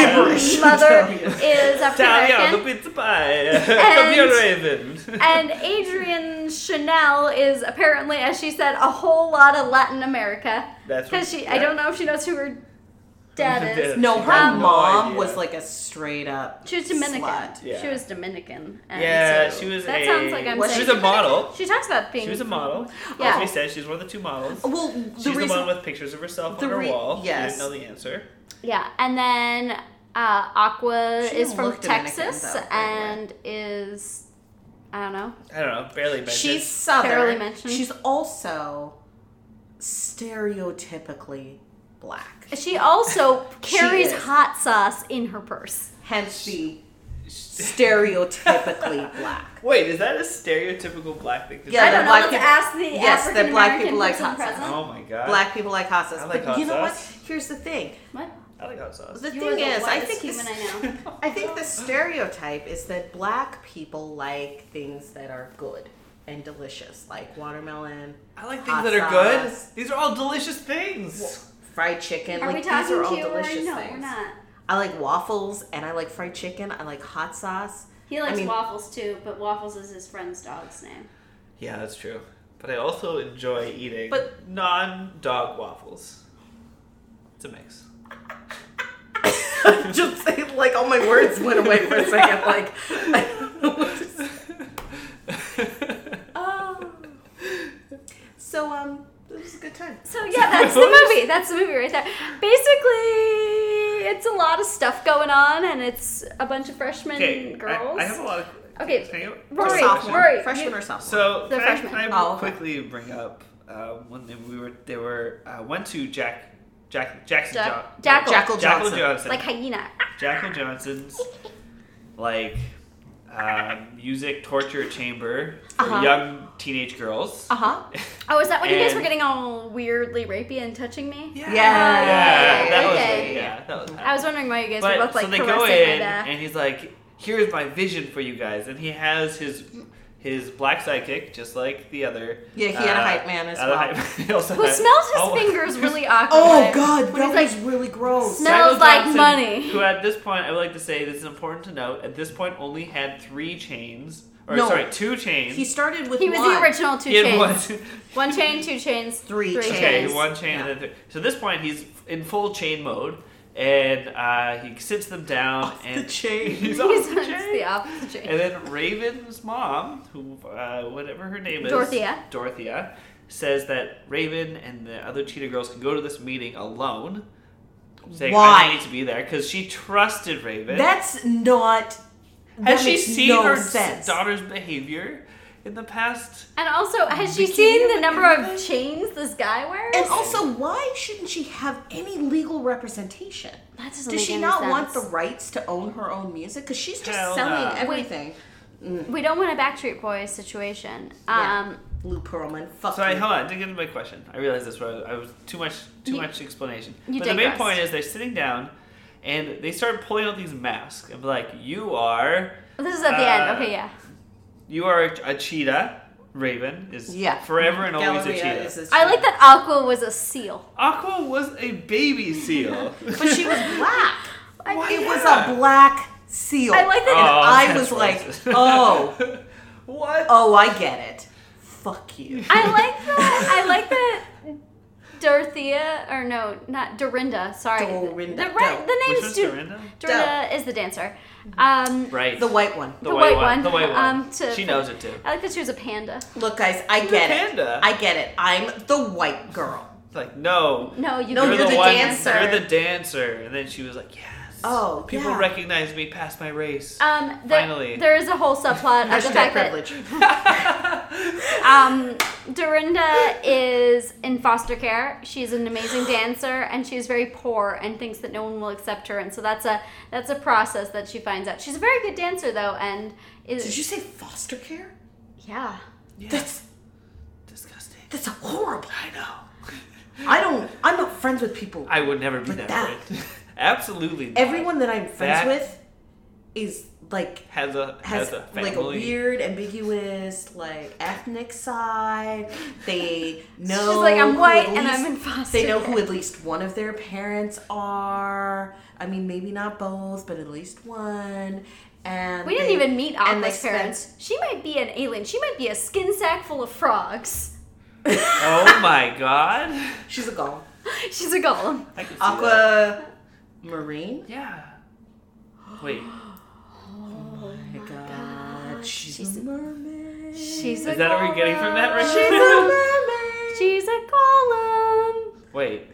S2: and mother
S1: Italian.
S2: is African
S4: Italian,
S2: American.
S4: the pizza pie. Come here, Raven.
S2: And Adrian Chanel is apparently, as she said, a whole lot of Latin America.
S4: That's
S2: because
S4: what-
S2: she. I don't know if she knows who her dad is.
S1: No,
S4: She
S1: her
S4: had no
S1: mom
S4: idea.
S1: was like a straight up.
S2: She was Dominican.
S1: Slut.
S4: Yeah.
S2: She was Dominican. and
S4: Yeah,
S2: so-
S4: she was.
S2: That
S4: a,
S2: sounds like I'm
S1: Was
S4: She
S2: saying.
S4: was a model.
S2: She talks about being.
S4: She was a model.
S2: Yeah.
S4: As we said, she's one of the two models.
S1: Well, the
S4: She's the,
S1: reason
S4: one with pictures of herself
S1: the
S4: on her
S1: re-
S4: wall. She
S1: yes.
S4: didn't know the answer.
S2: Yeah, and then uh, Aqua
S1: She
S2: is
S1: don't
S2: from
S1: look Dominican,
S2: Texas
S1: though, by the way.
S2: and is I don't know.
S4: I don't know. Barely mentioned.
S1: she's
S2: Barely
S1: southern.
S2: mentioned.
S1: She's also stereotypically black.
S2: She also
S1: She
S2: carries
S1: is.
S2: hot sauce in her purse.
S1: Hence the stereotypically black.
S4: Wait, is that a stereotypical black thing? to
S1: Yeah,
S4: say?
S2: I don't
S1: that
S2: know.
S1: black
S2: Let's
S1: people-
S2: ask the
S1: yes, that
S2: African
S1: black
S2: American
S1: people like
S2: person
S1: hot sauce.
S2: present.
S4: Oh my god.
S1: Black people like hot sauce.
S4: I like
S1: but
S4: hot
S1: you know
S4: sauce.
S1: what? Here's the thing.
S2: What?
S4: I like hot sauce.
S1: The
S2: You are
S1: thing
S2: the
S1: is, I
S2: whitest
S1: think
S2: human
S1: this,
S2: I know.
S1: I think the stereotype is that black people like things that are good and delicious, like watermelon,
S4: I like things
S1: Hot
S4: that are good.
S1: sauce.
S4: These are all delicious things.
S1: fried chicken.
S2: Are
S1: like
S2: we
S1: these
S2: talking
S1: are
S2: to
S1: all
S2: you or no?
S1: delicious things.
S2: We're not.
S1: I like waffles and I like fried chicken. I like hot sauce.
S2: He
S1: I
S2: likes
S1: mean-
S2: waffles too, but waffles is his friend's dog's name.
S4: Yeah, that's true. But I also enjoy eating
S1: But-
S4: non-dog waffles. It's a mix.
S1: Just say, like all my words went away for a second. Like, I don't know what to say. Oh. So um, it was a good time.
S2: So yeah, that's the movie. That's the movie right there. Basically, it's a lot of stuff going on, and it's a bunch of freshmen
S4: Okay,
S2: girls.
S4: I, I have a lot of.
S2: Okay,
S4: Can I go-
S2: Rory,
S4: Sophomore.
S2: Rory.
S1: freshman or sophomore.
S4: So
S2: The
S4: can I,
S2: freshman.
S4: can I
S1: Oh, okay.
S4: quickly bring up um, when they- we were they were uh, went to Jack Jack Jackson
S2: Jack-
S4: John,
S2: Jackal.
S1: Jackal
S4: Jackal
S1: Johnson.
S4: Johnson
S2: like hyena.
S4: Jackal Johnson's like um, music torture chamber for
S1: Uh-huh.
S4: young teenage girls.
S1: Uh huh.
S2: Oh, is that when you guys
S4: And-
S2: were getting all weirdly rapey and touching me?
S4: Yeah,
S1: Yeah.
S4: yeah, that was
S2: Okay.
S4: yeah, that was.
S2: I was wondering why you guys were
S4: but
S2: both like
S4: so they
S2: caressing
S4: go
S2: my
S4: in
S2: back.
S4: and he's like here's my vision for you guys and he has his his black sidekick just like the other uh,
S1: Yeah, he had a hype man as
S4: other
S1: well.
S4: hype- he also
S2: Who
S4: had-
S2: smells his
S4: oh,
S2: fingers really awkward?
S1: Oh god,
S2: When he's
S1: that
S2: like,
S1: was really gross.
S2: Smell- Smells
S4: Samuel
S2: like
S4: Johnson,
S2: money.
S4: who at this point i would like to say this is important to note at this point only had three chains or
S1: No.
S4: sorry two chains
S1: He started with
S2: he was
S1: one.
S2: the original two
S4: He had
S2: chains.
S4: one-
S2: One chain, two chains,
S1: Three chains.
S4: okay
S1: Yes.
S4: one chain and then three. so at this point he's in full chain mode and uh, he sits them down
S1: Off
S4: and
S1: the chain.
S4: he's off
S2: He's
S4: the
S2: it's
S4: chain.
S2: the opposite chain.
S4: And then Raven's mom, who uh, whatever her name is,
S2: Dorothea.
S4: Dorothea says that Raven and the other cheetah girls can go to this meeting alone. Saying I
S1: Why?
S4: don't need to be there because she trusted Raven.
S1: That's not.
S4: Has
S1: that
S4: she
S1: makes
S4: seen
S1: no
S4: her
S1: sense.
S4: daughter's behavior in the past?
S2: And also, has she
S4: Bikini
S2: seen the
S4: with
S2: number of
S4: everything?
S2: chains this guy wears?
S1: And also, why shouldn't she have any legal representation?
S2: that doesn't
S1: Does
S2: make
S1: she
S2: any
S1: not
S2: sense.
S1: want the rights to own her own music? Because she's just
S4: Hell
S1: selling
S4: no. Wait.
S1: everything.
S2: We don't want a Backstreet Boys situation.
S1: Yeah.
S2: Um,
S1: Lou Pearlman, fuck
S4: Sorry,
S1: you.
S4: hold on. I didn't get into my question. I realized this was I was too much too
S2: You-
S4: much explanation.
S2: you
S4: but the main
S2: digressed.
S4: point is they're sitting down and they start pulling out these masks and be like, "You are."
S2: This is at the
S4: Uh,
S2: end. Okay, yeah.
S4: You are a, a cheetah. Raven is
S1: Yeah.
S4: forever and always
S1: Galleria
S4: a
S1: is
S4: cheetah.
S1: a
S2: I like that Aqua was a seal.
S4: Aqua was a baby seal.
S1: But she was black.
S4: Why
S1: it was
S4: not?
S1: a black seal.
S2: I like
S1: And
S2: that.
S4: Oh,
S1: I
S4: that's
S1: was like,
S4: racist.
S1: oh.
S4: what?
S1: Oh, I get it. Fuck you.
S2: I like that. I like that. Dorothea, or no, not Dorinda. Sorry,
S1: Dorinda,
S2: The, right,
S1: Doe.
S2: the
S4: Which
S2: name's
S4: was
S2: Du-
S4: Dorinda?
S2: Dorinda is the dancer. Um,
S4: Right.
S1: The white one.
S4: The white one. The white one.
S2: Um, to-
S4: she knows it too.
S2: I like that she was a panda.
S1: Look, guys, I
S4: You're
S1: get
S4: a
S1: it.
S4: panda.
S1: I get it. I'm the white girl.
S4: It's like, no.
S2: No, you.
S1: No,
S2: don't
S4: you're,
S1: you're
S4: the,
S1: the
S4: one,
S1: dancer.
S4: You're the dancer. And then she was like, yes.
S1: Oh,
S4: People
S1: yeah. Uh,
S4: recognize me past my race.
S2: Um, there,
S4: Finally.
S2: there is a whole subplot of the
S1: Hashtag
S2: fact that
S1: privilege.
S2: um, Dorinda is in foster care. She's an amazing dancer, and she's very poor and thinks that no one will accept her. And so that's a that's a process that she finds out. She's a very good dancer though, and
S1: Did
S2: is
S1: you say foster care?
S2: yeah.
S4: yeah.
S1: That's
S4: disgusting.
S1: that's horrible.
S4: I know.
S1: I don't. I'm not friends with people.
S4: I would never be
S1: But
S4: that,
S1: that-
S4: way. Absolutely. not.
S1: Everyone that I'm friends
S4: That-
S1: with is like
S4: has a has,
S1: has
S4: a family.
S1: like a weird, ambiguous, like ethnic side. They know
S2: she's like I'm
S1: who
S2: white
S1: at
S2: and I'm
S1: least-
S2: in foster.
S1: They know
S2: care."
S1: who at least one of their parents are. I mean, maybe not both, but at least one. And
S2: We didn't
S1: they-
S2: even meet
S1: and they
S2: Aqua's parents. She might be an alien. She might be a skin sack full of frogs.
S4: Oh my god.
S1: She's a golem.
S2: She's a golem.
S4: I can see that.
S1: Aqua Marine?
S4: Yeah. Wait.
S1: Oh my god. She's,
S2: she's
S1: a
S2: a-
S1: mermaid.
S2: She's a
S4: Is that what we're getting from that right
S1: She's a mermaid.
S2: She's
S4: now?
S2: a golem.
S4: Wait.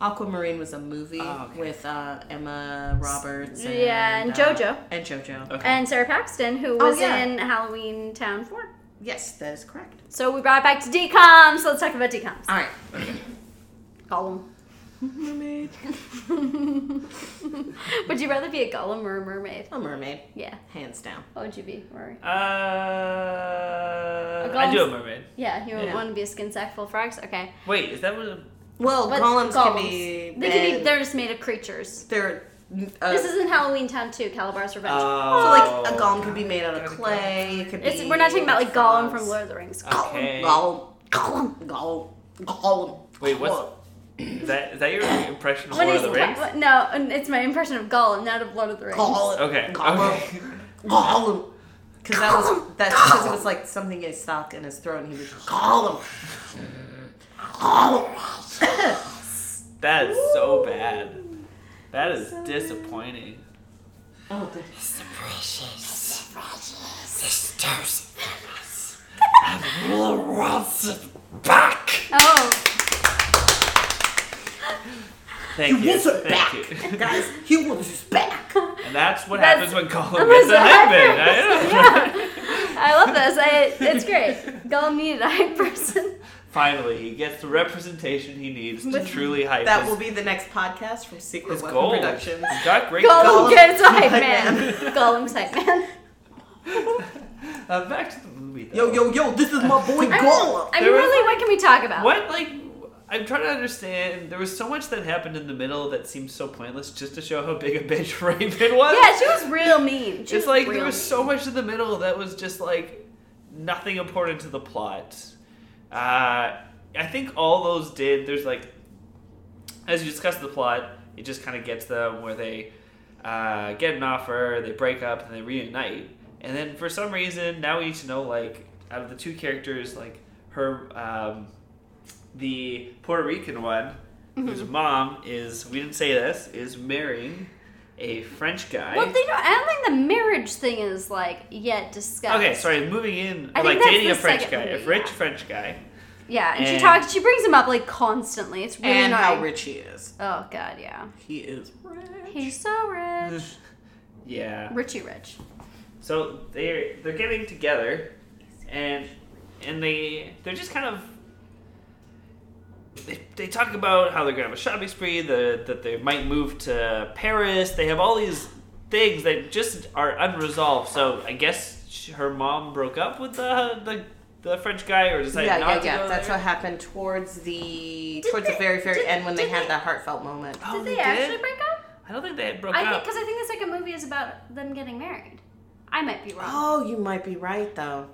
S1: Aquamarine was a movie
S4: Oh, okay.
S1: with uh, Emma Roberts. And,
S2: Yeah, and
S1: uh,
S2: JoJo.
S1: and JoJo.
S4: Okay.
S2: And Sarah Paxton, who
S1: Oh,
S2: was
S1: yeah.
S2: in Halloween Town 4.
S1: Yes, that is correct.
S2: So we brought it back to DCOM, so let's talk about DCOMs.
S1: All right.
S2: Golem.
S1: Mermaid.
S2: Would you rather be a golem or a mermaid?
S1: A mermaid,
S2: Yeah.
S1: hands down.
S2: What would you be, Rory?
S4: Uh,
S2: A
S4: I do a
S2: golem-
S4: mermaid.
S2: Yeah, you would
S1: Yeah.
S2: want to be a skin sack full of frogs? Okay.
S4: Wait, is that what? A...
S1: Well,
S2: But
S1: golems, can be.
S2: They can be,
S1: and
S2: they're just made of creatures.
S1: They're. Uh,
S2: this is in Halloween Town 2, Calabar's Revenge.
S1: so
S4: oh.
S1: like a golem could be made out of
S4: Gotta go.
S1: clay. It could
S2: It's-
S1: be
S2: we're not talking about like Gollum
S1: frogs.
S2: from Lord of the Rings.
S1: Gollum,
S4: Okay.
S1: Gollum, Gollum, Gollum, Gollum.
S4: Wait,
S1: Gollum.
S4: what's is that? Is that your impression of
S2: When
S4: Lord of
S2: he's
S4: the Rings?
S2: ca- no, and it's my impression of Gollum, not of Lord of the Rings.
S1: Gollum?
S4: Okay.
S1: Gollum.
S4: Okay.
S1: Gollum. Because that was that's because it was like something in his sock in his throat, and he was Gollum. Gollum.
S4: That is so bad. That is disappointing.
S1: oh, the
S4: Sisters, I really wants it back.
S2: Oh,
S4: Thank
S1: He
S4: you.
S1: wants it
S4: Thank
S1: back.
S4: you.
S1: guys, he was back.
S4: And that's what
S2: That's-
S4: happens when
S2: that
S4: Gollum
S2: was
S4: gets a husband.
S2: I love this. I, it's great. Gollum needed a hype person.
S4: Finally, he gets the representation he needs to truly hype
S1: That
S4: his,
S1: will be the next podcast from Secret
S4: his
S1: Weapon
S4: goal.
S1: Productions.
S4: He's got great
S2: Gollum,
S1: Gollum
S2: gets a hype
S1: hype
S2: man. Gollum's hype man.
S4: goals. uh, back to the movie. Though.
S1: Yo, yo, yo! This is my boy
S2: I'm,
S1: Gollum.
S2: I'm
S4: There was,
S2: really, what can we talk about?
S4: What like I'm trying to understand. There was so much that happened in the middle that seemed so pointless, just to show how big a bitch Raven was.
S2: Yeah, she was real mean. She was
S4: it's like
S2: real
S4: there was
S2: mean.
S4: so much in the middle that was just like nothing important to the plot. Uh, I think all those did. There's like, as you discuss the plot, it just kind of gets them where they uh, get an offer, they break up, and they reunite. And then for some reason, now we need to know like out of the two characters, like her, um, the Puerto Rican one, whose mom is we didn't say this is marrying a French guy.
S2: Well, they don't, I don't think the marriage thing is like yet discussed.
S4: Okay, sorry. Moving in,
S2: I think
S4: like
S2: that's
S4: dating
S2: the
S4: a French
S2: second
S4: guy, a
S2: movie,
S4: rich
S2: yeah.
S4: French guy.
S2: Yeah, and, she
S4: And-
S2: talks. She brings him up like constantly. It's really
S1: And how
S2: annoying.
S1: rich he is.
S2: Oh god, yeah.
S1: He is rich.
S2: He's so rich.
S4: yeah.
S2: Richie rich.
S4: So they're they're getting together, and and they they're just kind of. They, they talk about how they're gonna have a shopping spree, the, that they might move to Paris. They have all these things that just are unresolved. So I guess sh her mom broke up with the the, the French guy, or decided
S1: yeah,
S4: not
S1: yeah,
S4: to
S1: yeah.
S4: go
S1: That's
S4: there.
S1: what happened towards the
S2: Did
S1: towards the
S2: they-
S1: very, very
S2: did-
S1: end when they
S2: did
S1: had
S2: they-
S1: that heartfelt moment.
S4: Oh,
S2: did they,
S4: did?
S2: actually break up?
S4: I don't think they had broke
S2: I think
S4: up.
S2: because I think the second movie is about them getting married. I might be wrong.
S1: Oh, you might be right though.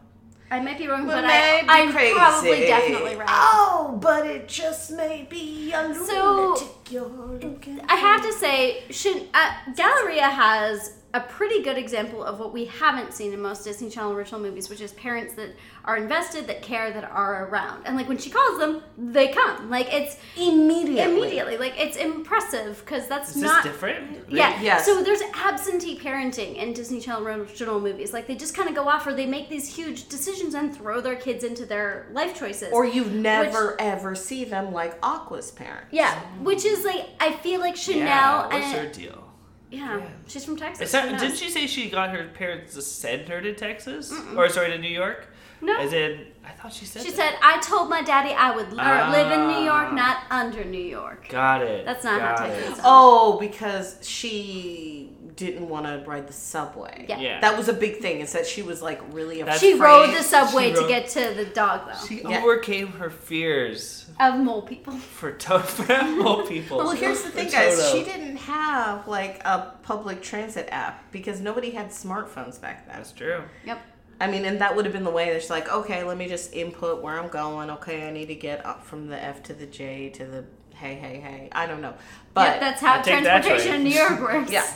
S2: I might be wrong,
S1: Well,
S2: but I,
S1: maybe
S2: I'm
S1: crazy.
S2: probably definitely right.
S1: Oh, but it just may be a
S2: So,
S1: lunatic you're looking
S2: I have to say, should, uh, Galleria has a pretty good example of what we haven't seen in most Disney Channel original movies, which is parents that are invested, that care, that are around. And like when she calls them, they come. Like it's
S1: for. immediately.
S2: immediately. Like it's impressive because that's
S4: Is this
S2: not
S4: different? They-
S2: Yeah.
S1: Yes.
S2: So there's absentee parenting in Disney Channel original movies. Like they just kind of go off, or they make these huge decisions and throw their kids into their life choices.
S1: Or you never ever see them like Aqua's parents.
S2: yeah, which is like I feel like Chanel
S4: Yeah, what's her
S2: and
S4: deal?
S2: yeah,
S4: yeah.
S2: she's from Texas.
S4: Is that-
S2: who knows?
S4: didn't she say she got her parents to send her to Texas? Or, sorry, to New York?
S2: No.
S4: As in, I thought she said
S2: She
S4: that.
S2: said, "I told my daddy I would l- or live in New
S4: Ah.
S2: York, not under New York."
S4: Got it.
S2: That's not
S4: got
S2: how
S4: it.
S2: Texas. Oh.
S1: Oh, because she didn't want to ride the subway.
S2: Yeah.
S4: Yeah.
S1: That was a big thing. Is that she was like really
S4: That's-
S2: She rode
S1: afraid.
S2: the subway
S4: She
S2: to
S4: rode-
S2: get to the dog though
S4: She
S1: Yeah.
S4: overcame her fears
S2: of mole people.
S4: for Toadframble people.
S1: Well, here's the thing,
S4: For
S1: guys.
S4: Toto.
S1: She didn't have like a public transit app because nobody had smartphones back then.
S4: That's true.
S2: Yep.
S1: I mean, and that would have been the way. That's like, okay, let me just input where I'm going. Okay, I need to get up from the F to the J to the hey, hey, hey. I don't know,
S2: yep,
S1: but
S2: that's how
S4: I take that
S2: transportation in
S4: train.
S2: New York works.
S1: yeah,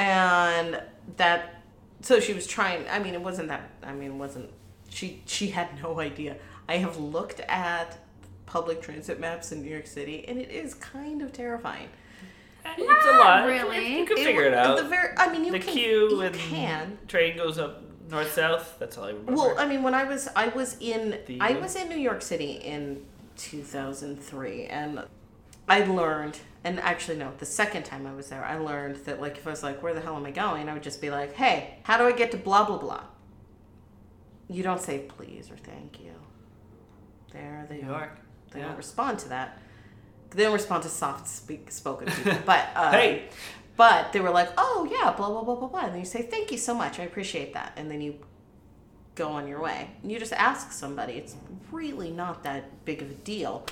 S1: and that. So she was trying. I mean, it wasn't that. I mean, it wasn't she? She had no idea. I have looked at public transit maps in New York City, and it is kind of terrifying.
S2: Not
S4: it's a lot.
S2: really.
S4: You can figure it,
S1: would-
S4: out.
S1: The very, I mean, you
S4: the
S1: can.
S4: queue
S1: you
S4: and
S1: can.
S4: train goes up north south. That's all I remember.
S1: Well, uh, I mean, when I was I was in
S4: The-
S1: I was in New York City in 2003, and I learned. And actually, no, the second time I was there, I learned that like if I was like, "Where the hell am I going?" I would just be like, "Hey, how do I get to blah blah blah?" You don't say please or thank you. There they
S6: New
S1: are.
S6: York.
S1: They
S6: Yeah.
S1: don't respond to that. They don't respond to soft speak spoken people, but uh,
S4: hey,
S1: but they were like, oh, yeah, blah, blah, blah, blah, blah. And then you say, thank you so much. I appreciate that. And then you go on your way. And you just ask somebody. It's really not that big of a deal.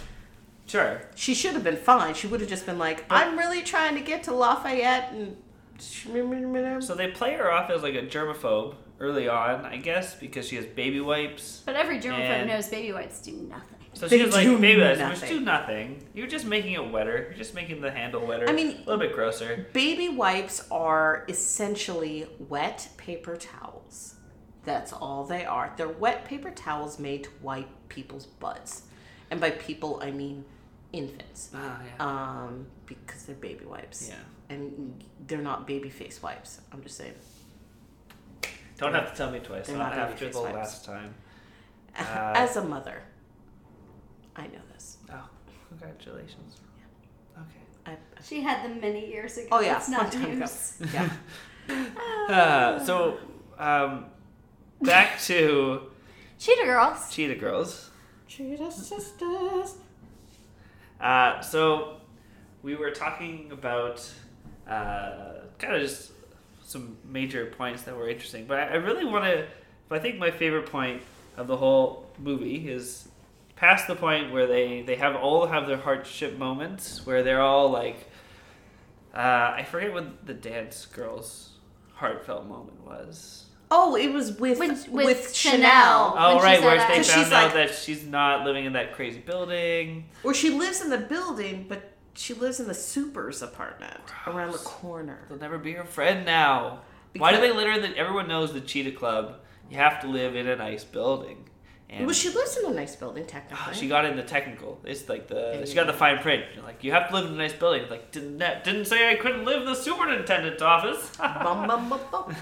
S4: sure.
S1: She should have been fine. She would have just been like, I'm really trying to get to Lafayette and.
S4: So they play her off as like a germaphobe early on, I guess, because she has baby wipes.
S2: But every germaphobe
S4: And-
S2: knows baby whites do nothing.
S4: So
S1: They
S4: she's like,
S1: do
S4: baby wipes, which
S1: nothing.
S4: do nothing. You're just making it wetter. You're just making the handle wetter.
S1: I mean-
S4: a little bit grosser.
S1: Baby wipes are essentially wet paper towels. That's all they are. They're wet paper towels made to wipe people's butts. And by people, I mean infants.
S4: Ah, yeah.
S1: um, because they're baby wipes.
S4: Yeah.
S1: And they're not baby face wipes. I'm just saying.
S4: Don't have to tell me twice.
S1: They're
S4: Not
S1: not baby
S4: after
S1: face
S4: the
S1: wipes.
S4: last time. Uh,
S1: As a mother, I know this.
S4: Oh, congratulations. Okay.
S1: I,
S2: She had them many years ago.
S1: oh yeah,
S2: it's not
S1: long time ago.
S2: news.
S1: Yeah.
S4: Uh, so, um, back to
S2: Cheetah girls.
S4: Cheetah Girls.
S1: Cheetah sisters.
S4: Uh, so we were talking about uh, kind of just some major points that were interesting, but I, I really want to. I think my favorite point of the whole movie is past the point where they they have all have their hardship moments where they're all like, uh, I forget what the dance girls heartfelt moment was.
S1: Oh, it was with
S2: With-
S1: with,
S2: with
S1: Chanel.
S2: Chanel.
S4: Oh
S2: When she
S4: right,
S2: said
S4: where
S2: that-
S4: they
S1: So
S4: found
S1: she's
S4: out
S1: like-
S4: that she's not living in that crazy building.
S1: Or she lives in the building, but she lives in the super's apartment around the corner.
S4: They'll never be your friend now. Why do they
S1: Because-
S4: literally? everyone knows the Cheetah Club. You have to live in a nice building. And
S1: Well, she lives in a nice building, technically.
S4: Ah, she got in the technical. It's like the
S1: Yeah,
S4: she
S1: yeah,
S4: got the
S1: yeah.
S4: fine print. You're like you have to live in a nice building. It's Like didn't that, didn't say I couldn't live in the superintendent's office.
S1: Bum, bum, bum, bum.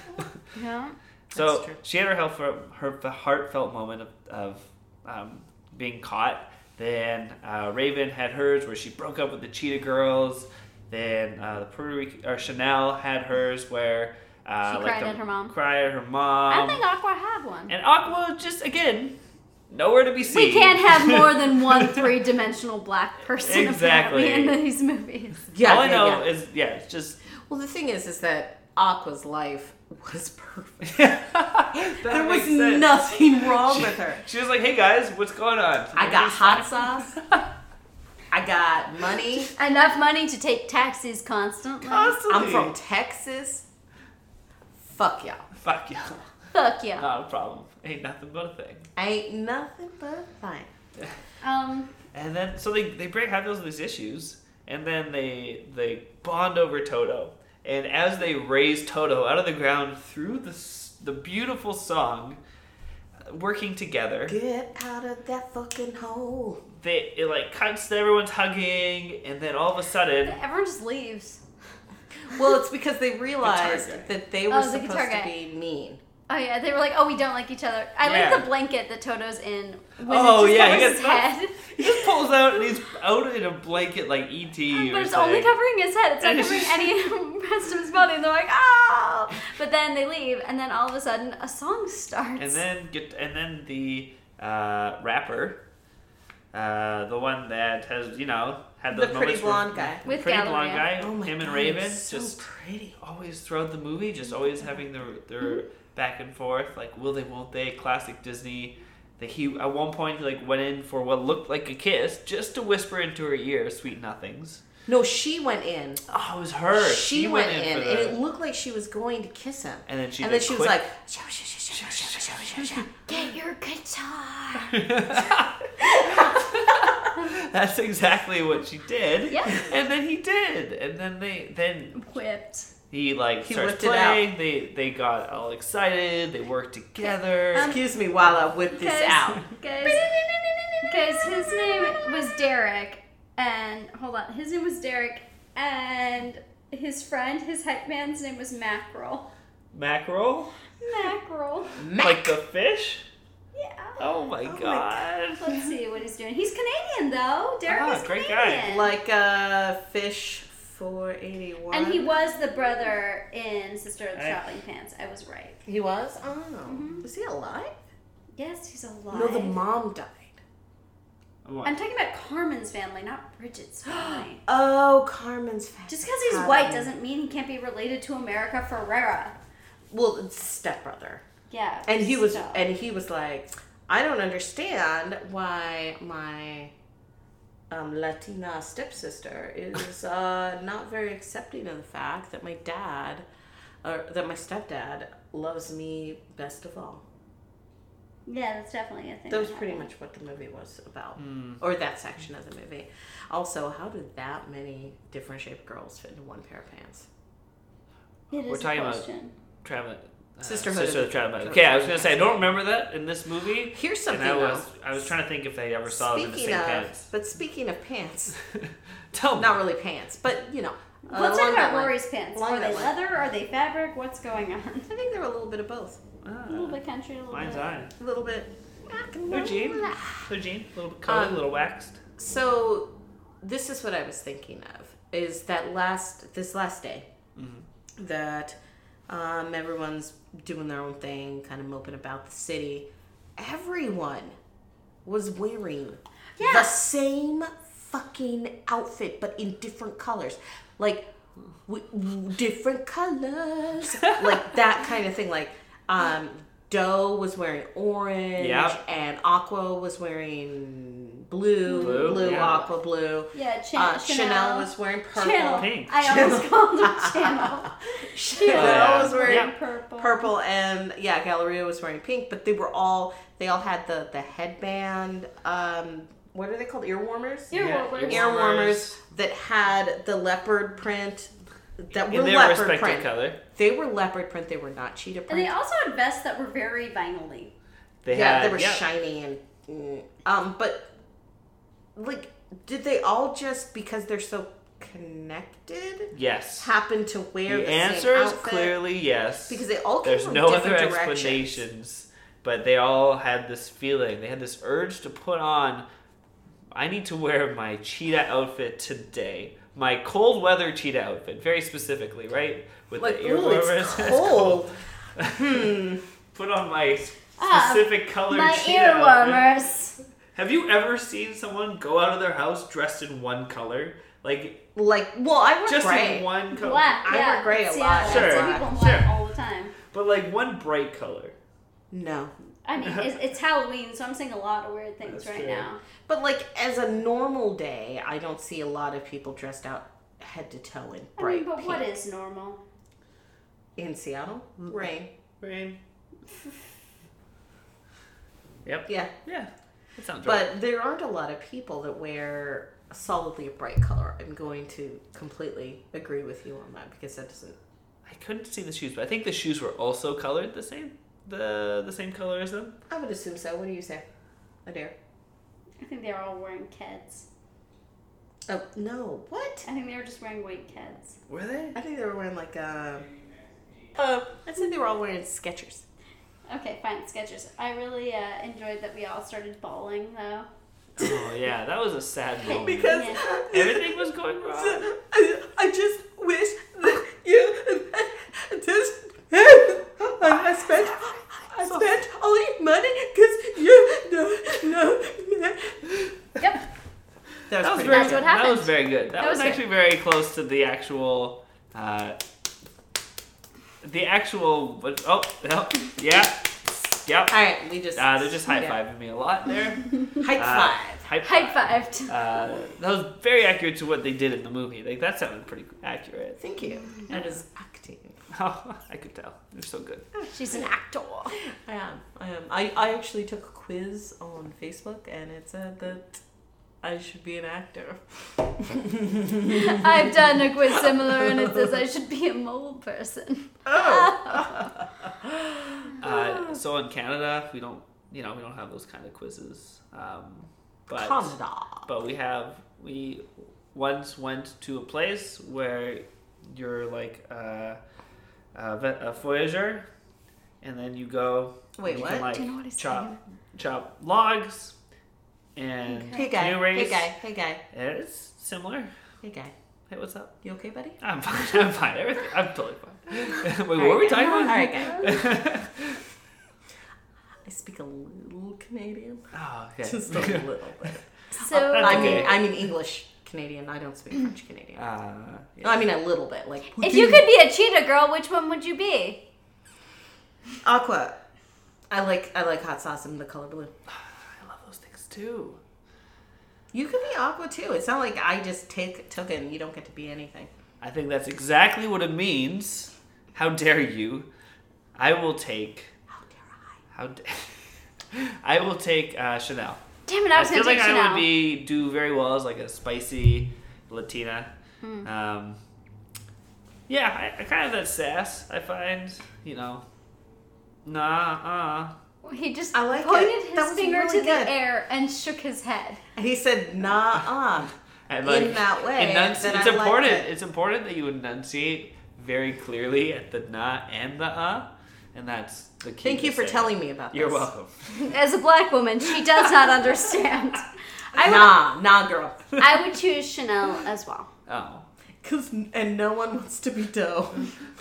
S2: Yeah.
S4: so
S1: That's true.
S4: she had her heartfelt, her heartfelt moment of, of um, being caught. Then uh, Raven had hers where she broke up with the Cheetah Girls. Then uh, the Puerto Rican, or Chanel had hers where uh,
S2: She
S4: like
S2: cried
S4: the-
S2: at her mom.
S4: Cried at her
S2: I
S4: mom.
S2: don't think Aqua had one.
S4: Um, and Aqua just again nowhere to be seen.
S2: We can't have more than one three-dimensional black person
S4: Exactly.
S2: apparently in these movies.
S1: yeah,
S4: All I
S1: yeah,
S4: know
S1: yeah.
S4: is yeah, it's just
S1: Well, the thing is, is that Aqua's life was perfect.
S4: That
S1: There was
S4: makes sense.
S1: nothing wrong with her.
S4: She was like, "Hey guys, what's going on?"
S1: I got hot sauce. I got money.
S2: Enough money to take taxis constantly.
S1: I'm from Texas. Fuck y'all.
S4: Fuck yeah,
S2: Fuck yeah.
S4: not a problem. Ain't nothing but a thing.
S1: Ain't nothing but fine.
S4: Uh,
S2: Um,
S4: And then so they they break have those these issues, and then they they bond over Toto. And as they raise Toto out of the ground through the s- the beautiful song, uh, working together,
S1: Get out of that fucking hole.
S4: they it like cuts to everyone's hugging, and then all of a sudden,
S2: everyone just leaves.
S1: Well, it's because they realized
S4: Guitar guy.
S1: that they were
S2: Oh, the
S1: supposed
S2: guitar
S1: to
S2: guy.
S1: be mean.
S2: Oh yeah, they were like, oh, we don't like each other. I
S4: Yeah.
S2: like the blanket that Toto's in. Was
S4: Oh,
S2: it just
S4: yeah,
S2: covers
S4: he
S2: his
S4: gets-
S2: head.
S4: he just pulls out and he's out in a blanket like ET. or
S2: But it's only
S4: something.
S2: covering his head. It's not
S4: And it's
S2: covering
S4: just-
S2: any rest of his body. And they're like, oh! But then they leave, and then all of a sudden, a song starts.
S4: and then get and then the uh, rapper, uh, the one that has you know had
S1: The
S4: those
S1: pretty
S4: moments where-
S1: blonde guy. Oh
S4: the
S2: With
S4: pretty blonde guy,
S2: Galleria.
S4: him and Raven,
S1: it's so
S4: just
S1: pretty.
S4: always throughout the movie, just always having their
S1: Mm-hmm.
S4: their back and forth, like will they, won't they? Classic Disney. That he at one point he like went in for what looked like a kiss just to whisper into her ear sweet nothings.
S1: No, she went in.
S4: Oh, it was her.
S1: She,
S4: She
S1: went, in,
S4: for
S1: and
S4: the-
S1: it looked like she was going to kiss him.
S4: And then she
S1: and then
S4: did
S1: she was
S4: quick-
S1: like, "Shoo, shoo, shoo, shoo, shoo, shoo, shoo, shoo, shoo."
S2: Get your guitar.
S4: That's exactly what she did.
S2: Yeah.
S4: And then he did. And then they then
S2: Whipped.
S4: he like
S1: He
S4: starts
S1: whipped it out.
S4: playing. They they got all excited. They worked together.
S1: Excuse me while I whip this out.
S2: Because his name was Derek, and hold on, his name was Derek, and his friend, his hype man's name was Mackerel.
S4: Mackerel?
S2: Mackerel.
S4: Like the fish?
S2: Yeah.
S4: Oh my
S1: my
S4: god.
S2: Let's see what he's doing. He's Canadian though. Derek
S4: Ah,
S2: is
S4: great guy.
S2: Canadian.
S1: Like uh, fish 481.
S2: and he was the brother in Sister of the
S4: I-
S2: Traveling Pants. I was right.
S1: He was? Oh.
S2: Mm-hmm.
S1: Is he alive?
S2: Yes, he's alive.
S1: No, the mom died.
S2: I'm talking about Carmen's family, not Bridget's family.
S1: Oh, Carmen's family.
S2: Just because he's
S1: Um,
S2: white doesn't mean he can't be related to America Ferrera.
S1: Well, it's stepbrother.
S2: Yeah.
S1: And he was
S2: so-
S1: and he was like, I don't understand why my um, Latina stepsister is uh, not very accepting of the fact that my dad or that my stepdad loves me best of all.
S2: yeah, that's definitely a thing.
S1: That was
S2: happened.
S1: pretty much what the movie was about,
S4: hmm,
S1: or that section of the movie. Also, how did that many different shaped girls fit into one pair of pants?
S2: It is
S4: We're talking
S2: a
S4: about-
S2: question.
S4: Traveling.
S1: Sisterhood
S4: Sister
S1: of
S4: uh, of the Traveling.
S1: the-
S4: Okay, I was gonna say I don't remember that in this movie.
S1: Here's
S4: And
S1: something
S4: I was
S1: though.
S4: I was trying to think if they ever saw us in the same
S1: Speaking of,
S4: pants.
S1: but speaking of pants,
S4: Tell me.
S1: not really pants, but you know, uh,
S2: Let's talk
S1: along that
S2: about
S1: line.
S2: Rory's pants.
S1: Along
S2: Are
S1: that
S2: they
S1: line.
S2: leather? Are they fabric? What's going on?
S1: I think they were a little bit of both.
S4: Ah,
S2: A little bit country, a little
S4: mine's
S2: bit.
S4: on.
S1: A little bit. eh,
S4: They're jean. They're jean. A little bit colored,
S1: Um,
S4: a little waxed.
S1: So, this is what I was thinking of: is that last this last day that um, everyone's doing their own thing, kind of moping about the city. Everyone was wearing the
S2: Yeah.
S1: same fucking outfit, but in different colors, like w- w- different colors, like that kind of thing. Like, um, Doe was wearing orange,
S4: Yep.
S1: and Aqua was wearing blue,
S4: Blue,
S1: blue,
S4: yeah.
S1: Aqua blue.
S2: Yeah, Chan-
S1: Uh,
S2: Chanel.
S1: Chanel. was wearing purple.
S2: Channel.
S4: Pink.
S2: I almost called him Channel.
S1: Chanel
S4: Yeah.
S1: was wearing
S4: Yeah.
S2: Purple.
S1: purple and yeah galleria was wearing pink but they were all they all had the the headband um what are they called ear warmers
S2: Ear
S4: Yeah,
S2: warmers.
S4: ear
S1: ear warmers
S4: warmers.
S1: that had the leopard print that were
S4: In their
S1: leopard
S4: respective
S1: print
S4: color.
S1: they were leopard print they were not cheetah
S2: And
S1: print
S2: they also had vests that were very vinyl-y.
S4: They
S1: yeah
S4: had
S1: they were
S4: yeah.
S1: shiny and mm, um but like did they all just because they're so connected
S4: Yes.
S1: happen to wear the,
S4: the answer
S1: same
S4: is
S1: outfit?
S4: clearly yes.
S1: because they all came
S4: There's
S1: from
S4: no other
S1: different directions.
S4: explanations, but they all had this feeling. They had this urge to put on. I need to wear my cheetah outfit today. My cold weather cheetah outfit, very specifically, right? With
S1: Like,
S4: the ear
S1: ooh, it's
S4: warmers.
S1: cold.
S4: Hmm. put on my
S2: Ah,
S4: specific color
S2: My
S4: cheetah
S2: ear
S4: outfit.
S2: warmers.
S4: Have you ever seen someone go out of their house dressed in one color? Like
S1: Like, well, I wear
S4: just
S1: gray.
S4: in one color.
S2: Black.
S1: I
S2: yeah.
S1: wear gray a
S2: Seattle.
S1: lot.
S2: That's
S4: Sure,
S2: what people in
S4: sure.
S2: black all the time.
S4: But like one bright color.
S1: No,
S2: I mean, it's, it's Halloween, so I'm seeing a lot of weird things
S4: That's
S2: right
S4: true.
S2: now.
S1: but like as a normal day, I don't see a lot of people dressed out head to toe in
S2: I
S1: bright
S2: mean, but
S1: pink.
S2: what Mm. is normal?
S1: in Seattle? Rain.
S4: Rain.
S1: Yeah,
S4: Yeah. That sounds right.
S1: but there aren't a lot of people that wear solidly a bright color. I'm going to completely agree with you on that because that doesn't.
S4: I couldn't see the shoes, but I think the shoes were also colored the same, the the same color as them.
S1: I would assume so. What do you say, Adair?
S2: I think they were all wearing Keds.
S1: Oh no, what?
S2: I think they were just wearing white Keds.
S4: Were they?
S1: I think they were wearing like uh Uh, I said they were all wearing Skechers.
S2: Okay, fine, Sketchers. I really uh, enjoyed that we all started bawling, though.
S4: Oh yeah, that was a sad moment.
S1: Because
S4: Everything was going wrong.
S1: I, I just wish that you just. I spent I spent all your money because you no no.
S2: Yep.
S1: That
S4: That was
S1: was
S4: very.
S1: pretty
S2: That's
S4: good.
S2: what
S4: That was
S2: happened.
S4: very good. That,
S2: That was
S4: was,
S2: good.
S4: actually very close to the actual. Uh, the actual. what- Oh, oh yeah, yep.
S1: All right, we just
S4: Uh, they're just high fiving me a lot there.
S1: high
S4: Uh,
S1: five.
S4: High
S2: High
S4: five.
S2: fived.
S4: Uh, that was very accurate to what they did in the movie. Like that sounded pretty accurate.
S1: Thank you. That is acting.
S4: Oh, I could tell. They're so good.
S2: She's an actor.
S1: I am. I am. I, I actually took a quiz on Facebook and it said that I should be an actor.
S7: I've done a quiz similar, and it says I should be a mole person.
S1: Ah.
S4: Uh, so in Canada, we don't, you know, we don't have those kind of quizzes. Um, but
S1: Canada.
S4: but we have we once went to a place where you're like uh, a, ve- a voyageur, and then you go. and
S1: Wait,
S4: you
S1: what?
S4: Can, like,
S2: Do you know what he's
S4: chop,
S2: saying?
S4: chop logs, and
S1: Hey guy,
S4: canoe
S1: hey
S4: race.
S1: guy, hey guy,
S4: It's similar.
S1: hey guy.
S4: Hey, what's up?
S1: You okay, buddy?
S4: I'm fine. I'm fine. Everything. I'm totally fine. Wait, what
S1: All
S4: were
S1: right,
S4: we talking about?
S1: All right, guy.
S4: oh,
S1: I speak a little Canadian,
S4: Oh, okay. Uh,
S1: just a little bit.
S2: So
S4: That's
S1: I
S4: okay.
S1: mean, I mean English Canadian. I don't speak French Canadian.
S4: Uh,
S1: No, I mean a little bit, like
S2: if you could be a cheetah girl, which one would you be?
S1: aqua. I like I like hot sauce and the color blue.
S4: I love those things too.
S1: You could be aqua too. It's not like I just take took it and you don't get to be anything.
S4: I think that's exactly what it means. How dare you? I will take.
S1: How dare
S4: How dare. I will take uh, Chanel.
S2: Damn it, I
S4: I
S2: was
S4: feel
S2: gonna
S4: like
S2: take
S4: I
S2: Chanel.
S4: would be do very well as like a spicy Latina.
S1: Hmm.
S4: Um, yeah, I, I kind of that sass. I find you know, nah, uh,
S2: He just
S1: I like
S2: pointed
S1: it.
S2: his
S1: That was
S2: finger
S1: really
S2: to
S1: good.
S2: the air and shook his head.
S1: I? He said nah uh.
S4: and
S1: In that way,
S4: enunci-
S1: that
S4: it's
S1: I liked
S4: important.
S1: it.
S4: It's important that you enunciate very clearly at the nah and the uh, and that's the key.
S1: Thank
S4: to
S1: you for
S4: saying it.
S1: telling me about this.
S4: You're welcome.
S2: As a black woman, she does not understand. I would,
S1: Nah, nah, girl.
S2: I would choose Chanel as well.
S4: Oh.
S1: Cause and no one wants to be Doe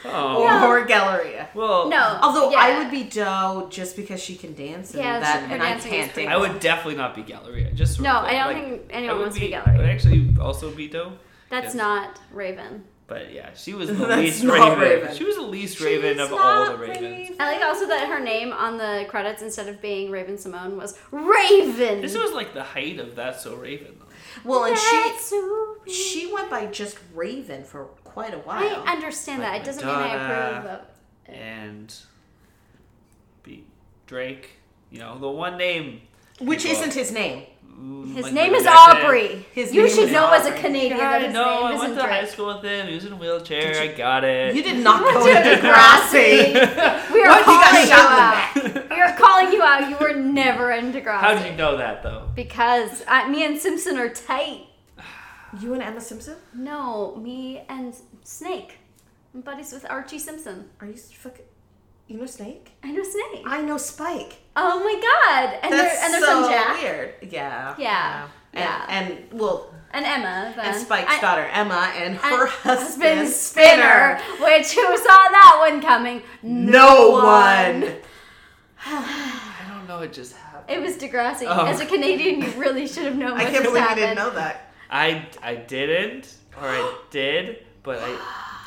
S4: Oh.
S1: or, or Galleria.
S4: Well,
S2: No,
S1: Although
S2: yeah.
S1: I would be Doe just because she can dance and
S2: Yeah,
S1: that,
S2: she- her
S1: and I
S2: dancing is
S1: can't
S2: pretty
S1: dance.
S4: I would definitely not be Galleria. Just
S2: No,
S4: like-
S2: I don't
S4: like,
S2: think
S4: I
S2: anyone
S4: would
S2: wants to be
S4: I would
S2: Galleria.
S4: actually also be Doe.
S2: That's
S4: yes.
S2: not Raven.
S4: But yeah, she was the
S1: That's
S4: least
S1: not
S4: raven.
S1: Raven.
S4: She was the least
S1: She's
S4: raven of all
S1: not
S4: the ravens.
S1: brave.
S2: I like also that her name on the credits instead of being Raven Simone was Raven.
S4: This was like the height of that so raven though.
S1: Well, and
S2: That's
S1: she
S2: so weird.
S1: she went by just Raven for quite a
S2: I
S1: while.
S2: understand that.
S4: Like
S2: It doesn't mean I
S4: Madonna.
S2: approve of.
S4: And be Drake, you know, the one name
S1: which
S4: Well,
S1: isn't his name.
S4: mm,
S2: His
S4: like
S2: name
S4: Michael
S2: is
S4: Jackson.
S2: Aubrey.
S1: His
S2: you
S1: name
S2: should
S1: is
S2: know as a
S1: Aubrey.
S2: Canadian
S4: God,
S2: that his
S4: no,
S2: name
S4: I
S2: isn't
S4: went to
S2: Drake.
S4: high school with him. He was in a wheelchair. I got it.
S1: You did not go to
S2: Dude,
S1: Degrassi.
S2: We are
S1: What? He got
S2: calling you
S1: shot in the
S2: out. We are calling you out. You were never in Degrassi.
S4: How did you know that though?
S2: Because I, me and Simpson are tight.
S1: you and Emma Simpson?
S2: No, me and Snake. I'm buddies with Archie Simpson.
S1: Are you fucking? You know Snake?
S2: I know Snake.
S1: I know Spike.
S2: Oh my god! And their
S1: That's
S2: and their
S1: so
S2: son Jack
S1: weird. Yeah.
S2: Yeah,
S1: And,
S2: yeah.
S1: and well,
S2: and Emma. Then.
S1: and Spike's
S2: I-
S1: daughter Emma and
S2: and
S1: her husband
S2: husband Spinner,
S1: Spinner.
S2: which who saw that one coming?
S1: No one.
S4: I don't know. It just happened.
S2: It was Degrassi.
S4: Oh.
S2: As a Canadian, you really should have known what
S1: I can't
S2: just
S1: believe you
S2: happened.
S1: didn't know that.
S4: I I didn't, or I did, but I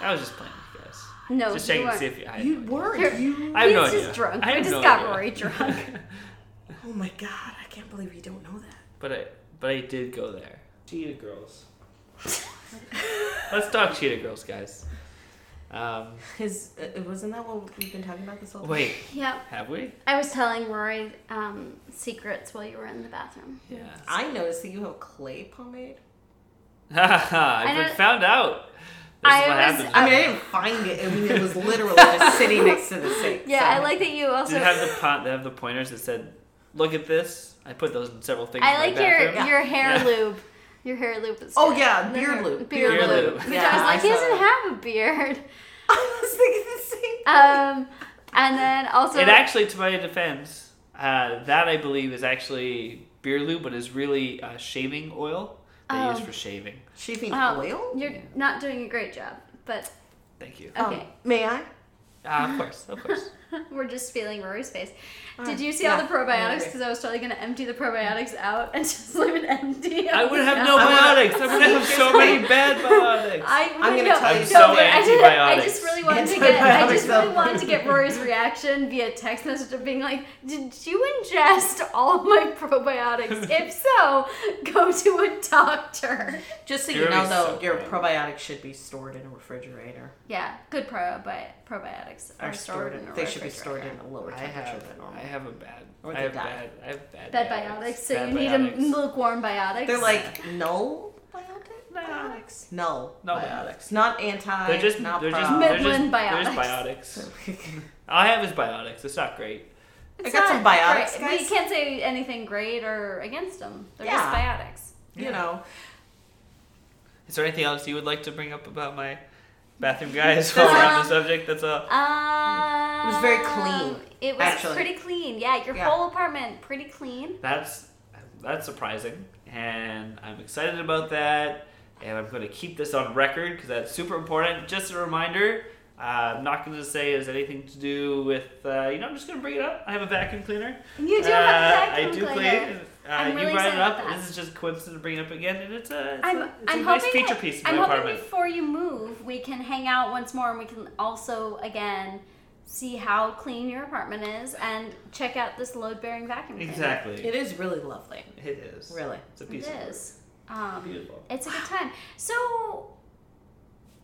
S4: I was just playing with you guys.
S2: No,
S4: just
S2: Oh, you
S4: checking to see
S2: weren't.
S4: if you. I had
S1: You
S4: no idea.
S1: weren't. You.
S4: I have
S2: He's
S4: no
S2: just
S4: idea.
S2: drunk.
S4: I
S2: We
S4: have
S2: just
S4: no
S2: got
S4: idea.
S2: Rory drunk.
S1: Oh my god! I can't believe you don't know that.
S4: But I but I did go there. Cheetah girls. Let's talk cheetah girls, guys. Um,
S1: His uh, wasn't that what we've been talking about this whole time?
S4: wait,
S2: Yep.
S4: have we?
S2: I was telling Rory um, secrets while you were in the bathroom.
S4: Yeah.
S1: I noticed that you have clay pomade.
S4: I've been
S2: don't-
S4: found out. This
S2: I
S4: is what
S2: was-
S4: happens.
S1: I mean, I didn't find it. I mean, it was literally just sitting next to the sink.
S2: Yeah,
S1: so-
S2: I like that you also.
S4: Did it have the pot? They have the pointers that said, "Look at this." I put those in several things.
S2: I
S4: in
S2: like
S4: my
S2: your
S4: bathroom.
S2: your hair
S4: Yeah.
S2: lube. Your hair loop is.
S1: Oh
S2: good.
S1: yeah,
S2: The
S1: beard
S2: hair-
S1: loop.
S2: Beard,
S4: Beard
S2: loop.
S4: loop.
S2: Which
S1: Yeah,
S2: I was like,
S1: I
S2: he
S1: saw
S2: doesn't
S1: that.
S2: have a beard.
S1: I was thinking the same.
S2: Um, and then also.
S4: It actually, to my defense, uh, that I believe is actually beer lube, but is really uh, shaving oil they use
S2: Oh.
S4: for shaving.
S1: Shaving
S2: wow,
S1: oil.
S2: You're not doing a great job, but
S4: Thank you.
S1: Um,
S2: okay.
S1: may I?
S4: Ah, of course, of course.
S2: We're just feeling Rory's face.
S1: Ah,
S2: Did you see all
S1: yeah,
S2: the
S1: I
S2: probiotics?
S1: agree.
S2: Because I was totally going to empty the probiotics out and just leave it empty.
S4: I would have no
S2: no.
S4: biotics. I would have so many bad biotics.
S2: I,
S1: I'm gonna
S2: no,
S1: tell you
S2: no,
S1: so
S2: but I, did, I
S4: antibiotics.
S2: just really wanted to get. I just
S1: Antibiotics.
S2: really wanted to get Rory's reaction via text message of being like, "Did you ingest all my probiotics? If so, go to a doctor."
S1: Just so
S4: You're
S1: you know,
S4: already
S1: though,
S4: so
S1: your
S4: bad.
S1: probiotics should be stored in a refrigerator.
S2: Yeah, good probi- probiotics
S1: Or stored in.
S2: a
S1: They should be stored
S2: refrigerator.
S1: in a lower
S4: I
S1: temperature
S4: have,
S1: than
S4: I
S1: normal.
S4: have a bad,
S1: Or
S4: I
S1: they
S4: have
S1: die.
S4: bad, I have bad,
S2: Bad biotics, so
S4: Bad
S2: you need
S4: biotics.
S2: a lukewarm biotics.
S1: They're like no biotic- biotics. No.
S4: No
S1: It's not anti.
S4: They're just,
S1: not
S4: they're just,
S1: pro.
S4: they're just,
S2: Midland
S4: There's biotics. All I have is biotics. It's not great.
S1: I
S2: It's
S1: got some
S2: not
S1: biotics,
S2: great. But
S1: guys.
S2: You can't say anything great or against them. They're
S1: Yeah.
S2: just biotics.
S1: you know.
S4: Is there anything else you would like to bring up about my Bathroom guys while we're on the
S2: Um,
S4: subject. That's all.
S2: Um,
S1: was very clean,
S2: It was
S1: actually.
S2: pretty clean. Yeah, your
S1: Yeah.
S2: whole apartment pretty clean.
S4: That's that's surprising, and I'm excited about that. And I'm going to keep this on record because that's super important. Just a reminder. Uh, I'm not going to say it has anything to do with. Uh, you know, I'm just going to bring it up. I have a vacuum cleaner.
S2: You do
S4: uh,
S2: have a vacuum
S4: I do
S2: cleaner.
S4: clean. Uh,
S2: I'm
S4: you
S2: really
S4: brought it
S2: excited
S4: up.
S2: about that.
S4: This is just coincidence to bring it up again, and it's a, it's
S2: I'm,
S4: a, it's
S2: I'm
S4: a nice
S2: hoping
S4: feature
S2: that-
S4: piece in
S2: I'm
S4: my
S2: hoping
S4: apartment.
S2: before you move, we can hang out once more, and we can also again see how clean your apartment is and check out this load-bearing vacuum cleaner.
S4: Exactly.
S1: It is really lovely.
S4: It is.
S1: Really.
S4: It's a piece
S2: It
S4: of
S2: is. Um,
S4: Beautiful.
S2: it's a good time.
S8: So,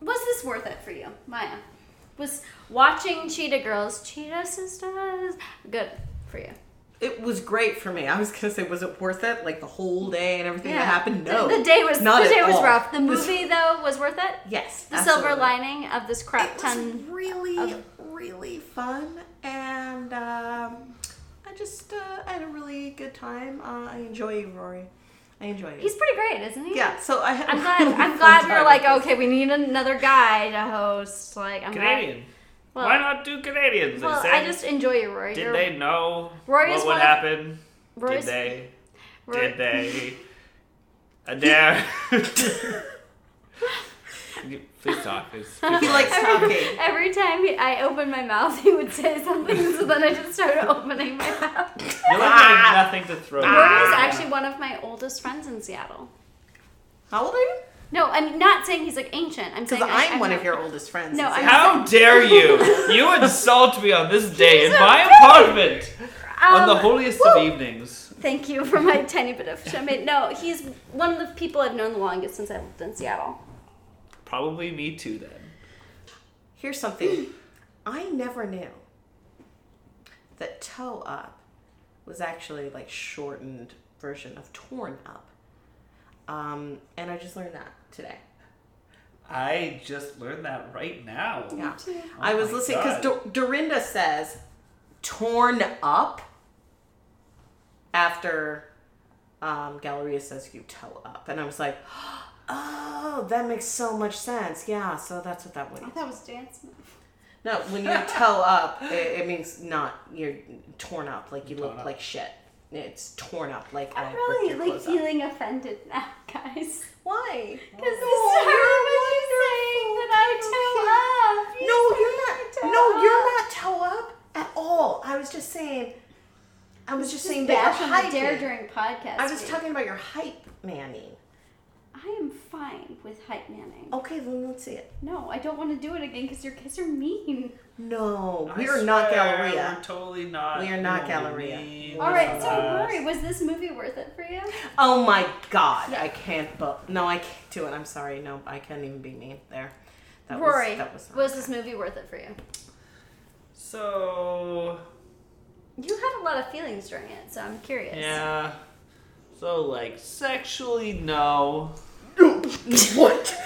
S8: was this worth it for you, Maya?
S2: Was watching Cheetah Girls, Cheetah Sisters, good for you.
S1: It was great for me. I was gonna say, was it worth it? Like the whole day and everything that happened?
S2: The-
S1: No.
S2: The, day was
S1: Not
S2: the
S1: at
S2: day was
S1: all.
S2: rough. The
S1: This-
S2: movie though was worth it.
S1: Yes.
S2: The
S1: absolutely.
S2: silver lining of this crap
S1: It was
S2: ton.
S1: really,
S2: of-
S1: really fun, and um, I just uh, I had a really good time. Uh, I enjoy you, Rory. I enjoy you.
S2: He's pretty great, isn't he?
S1: yeah. So I had. a
S2: I'm glad.
S1: really
S2: I'm
S1: fun
S2: glad we were
S1: time.
S2: like, okay, we need another guy to host. Like, I'm glad-
S4: Canadian.
S2: Well,
S4: Why not do Canadians?
S2: Well,
S4: they said.
S2: I just enjoy you, Rory.
S4: Did
S2: You're-
S4: they know
S2: Rory is one
S4: what would
S2: of-
S4: happen?
S2: Rory's-
S4: Did they?
S2: Rory-
S4: Did they? Adair. Please talk. It's,
S1: He likes talking.
S2: Every time he, I opened my mouth, he would say something, so then I just started opening my mouth.
S4: you
S1: ah!
S4: have nothing to throw.
S2: Rory is actually one of my oldest friends in Seattle.
S1: How old are you?
S2: No, I'm not saying he's like ancient. I'm
S1: Because
S2: saying I,
S1: I'm,
S2: I'm
S1: one
S2: not-
S1: of your oldest friends.
S2: No,
S1: is
S2: I'm-
S1: that-
S4: How dare you? You insult me on this day in my apartment on the
S2: Um,
S4: holiest of
S2: woo!
S4: evenings.
S2: Thank you for my tiny bit of champagne. No, he's one of the people I've known the longest since I lived in Seattle.
S4: Probably me too. Then
S1: Here's something I never knew that toe up was actually like shortened version of torn up. Um, and I just learned that today.
S4: I just learned that right now.
S1: Yeah. I was
S4: Oh my
S1: listening because
S4: God.
S1: Dorinda says torn up after um, Galleria says you toe up. And I was like, oh, that makes so much sense. Yeah, so that's what that would
S8: That was dance.
S1: No, when you toe up, it, it means not you're torn up, like you look
S4: up.
S1: like shit. It's torn up, like I
S2: I'm
S1: ripped
S2: really
S1: your
S2: like
S1: clothes Oh, up.
S2: feeling offended now, guys.
S1: Why?
S2: Because this hurt when you saying that I toe up.
S1: No, you're not. No, you're not toe up at all. I was just saying. I was just saying that your
S8: Bash on the Dare
S1: height.
S8: during podcast.
S1: I was
S8: week.
S1: talking about your hype, Manning.
S8: I am fine with hype manning.
S1: Okay, then let's see it.
S8: No, I don't want to do it again because your kids are mean.
S1: No,
S4: I
S1: we are not
S4: swear,
S1: Galleria.
S4: We're totally not.
S1: We are not
S4: You know,
S1: Galleria.
S4: we-
S8: All right, so
S4: Uh,
S8: Rory, was this movie worth it for you?
S1: Oh my god, I can't. But no, I can't do it. I'm sorry. No, I can't even be mean there. That
S2: Rory,
S1: was, that was, not
S2: was this movie worth it for you?
S4: So
S2: You had a lot of feelings during it, so I'm curious.
S4: yeah. So like sexually no.
S1: What?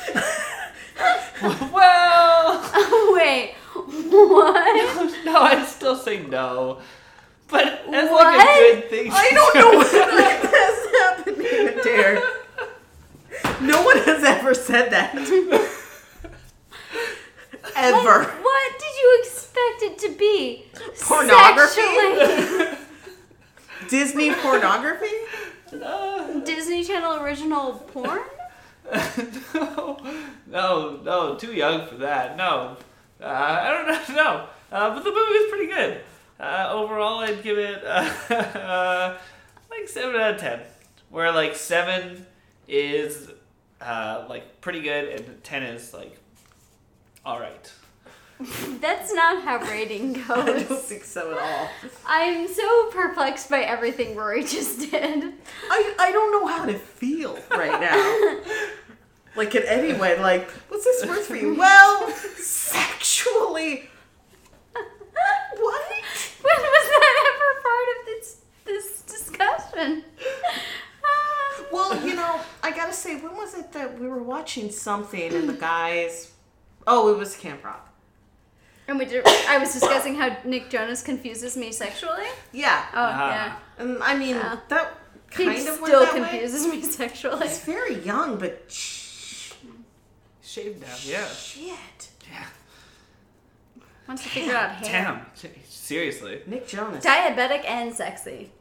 S4: well,
S2: Oh, Wait, what?
S4: no, I'd still say no. But that's like
S2: What?
S4: a good thing.
S1: I don't know what has happened, Dare. No one has ever said that. ever.
S2: What did you expect it to be?
S1: Pornography?
S2: Sexually-
S1: Disney pornography?
S4: Uh,
S2: Disney Channel original porn?
S4: no, no, no, too young for that. No, uh, I don't know. No, uh, but the movie was pretty good. Uh, overall, I'd give it uh, uh, like seven out of ten. Where like seven is uh, like pretty good, and ten is like all right.
S2: That's not how rating
S1: I don't
S2: goes.
S1: think so at all.
S2: I'm so perplexed by everything Rory just did.
S1: I, I don't know how to feel right now. Like in any way, like, what's this worth for you? Well, sexually. What?
S2: When was that ever part of this this discussion? Ah.
S1: Well, you know, I gotta say, when was it that we were watching something and the guys? Oh, it was Camp Rock.
S2: and we did. I was discussing how Nick Jonas confuses me sexually.
S1: Yeah,
S2: Oh
S4: Ah.
S2: yeah,
S1: and Um, I mean
S2: Yeah.
S1: that
S2: he
S1: kind of went
S2: still
S1: that way.
S2: confuses me sexually.
S1: It's very young, but sh-
S4: Shaved down, yeah.
S1: shit.
S2: Once you figure out hair.
S4: Damn. Seriously.
S1: Nick Jonas.
S2: Diabetic and sexy.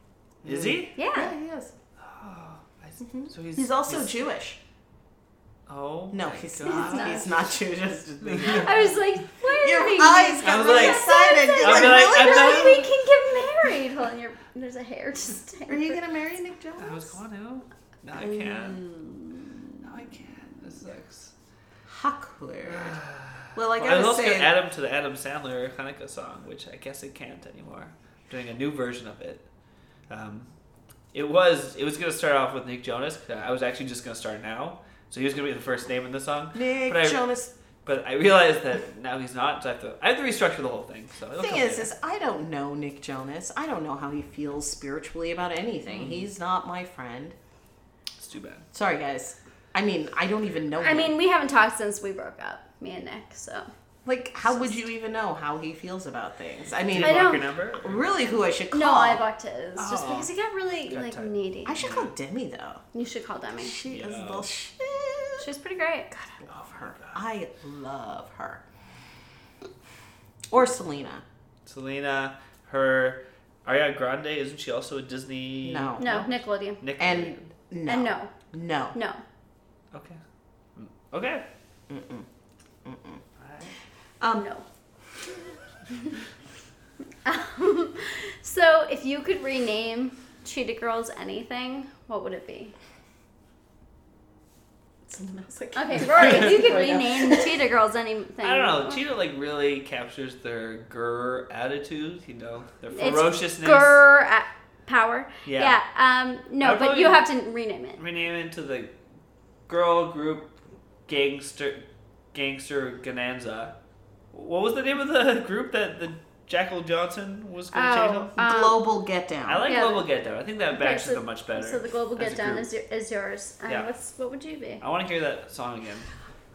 S4: Is he?
S2: Yeah.
S1: yeah, he is.
S4: Oh, I s- so he's,
S1: He's also Jewish.
S4: Oh.
S1: No,
S4: my
S1: he's
S4: God.
S1: not. He's not Jewish.
S2: I was like, where
S1: Your
S2: are we?
S1: eyes
S4: I
S1: got
S4: was
S1: really
S4: like-
S1: excited. You're
S4: I'm
S1: like,
S4: like,
S1: really?
S4: I'm
S2: Really?
S4: not-
S2: we can get married. Hold on, your, there's a hair just.
S1: Are you gonna marry Nick Jonas? Mm.
S4: I was going to. No, I can't. No, Mm. I can't. This sucks.
S1: Awkward. Well, I
S4: Well, I
S1: gotta
S4: was also
S1: say,
S4: going to add him to the Adam Sandler Hanukkah song, which I guess I can't anymore. I'm doing a new version of it. Um, it was it was going to start off with Nick Jonas. 'cause I was actually just going to start now, so he was going to be the first name in the song.
S1: Nick
S4: but I-
S1: Jonas.
S4: But I realized that now he's not. So I have to I have to restructure the whole thing. So it'll
S1: Thing
S4: come
S1: is,
S4: later.
S1: is I don't know Nick Jonas. I don't know how he feels spiritually about anything.
S4: Mm.
S1: He's not my friend.
S4: it's too bad.
S1: Sorry, guys. I mean, I don't even know.
S2: I
S1: him.
S2: mean, we haven't talked since we broke up, me and Nick. So
S1: like, how would you even know how he feels about things? I
S4: Did
S1: mean,
S4: you
S2: I
S4: block
S2: don't-
S4: your number?
S1: really, who I should call?
S2: no, I blocked his just
S4: Oh.
S2: because he got really
S4: Got
S2: like
S4: tight.
S2: needy.
S1: I should call Demi though.
S2: You should call Demi.
S1: She is
S4: Yeah.
S1: the shit.
S2: She's pretty great.
S1: I love her. I love her. Or Selena.
S4: Selena, her Ariana Grande, isn't she also a Disney?
S1: No.
S2: No, Nickelodeon.
S4: Nick
S1: And no.
S2: And no,
S1: No.
S2: no.
S4: okay, Mm, okay.
S1: Um,
S2: No. so, if you could rename Cheetah Girls anything, what would it be?
S1: someone else. Like,
S2: Okay, Rory, if you could
S1: Right now.
S2: rename Cheetah Girls anything,
S4: I don't know. Cheetah like really captures their grr attitude. You know, their
S2: It's
S4: ferociousness.
S2: Grr, at power.
S4: Yeah.
S2: Yeah. um,
S4: I
S2: no,
S4: would
S2: but
S4: probably-
S2: you have to rename it.
S4: Rename it to the girl group gangster gangster gananza. What was the name of the group that the Jackal Johnson was going to
S2: Oh,
S4: change them?
S2: um,
S1: Global Get Down.
S4: I like
S2: yeah,
S4: Global Get Down. I think that
S2: okay,
S4: matches
S2: so-
S4: them much better.
S2: So the global
S4: as
S2: get
S4: a
S2: down
S4: group.
S2: is, your, is yours. Um,
S4: Yeah.
S2: what's what would you be?
S4: I want to hear that song again.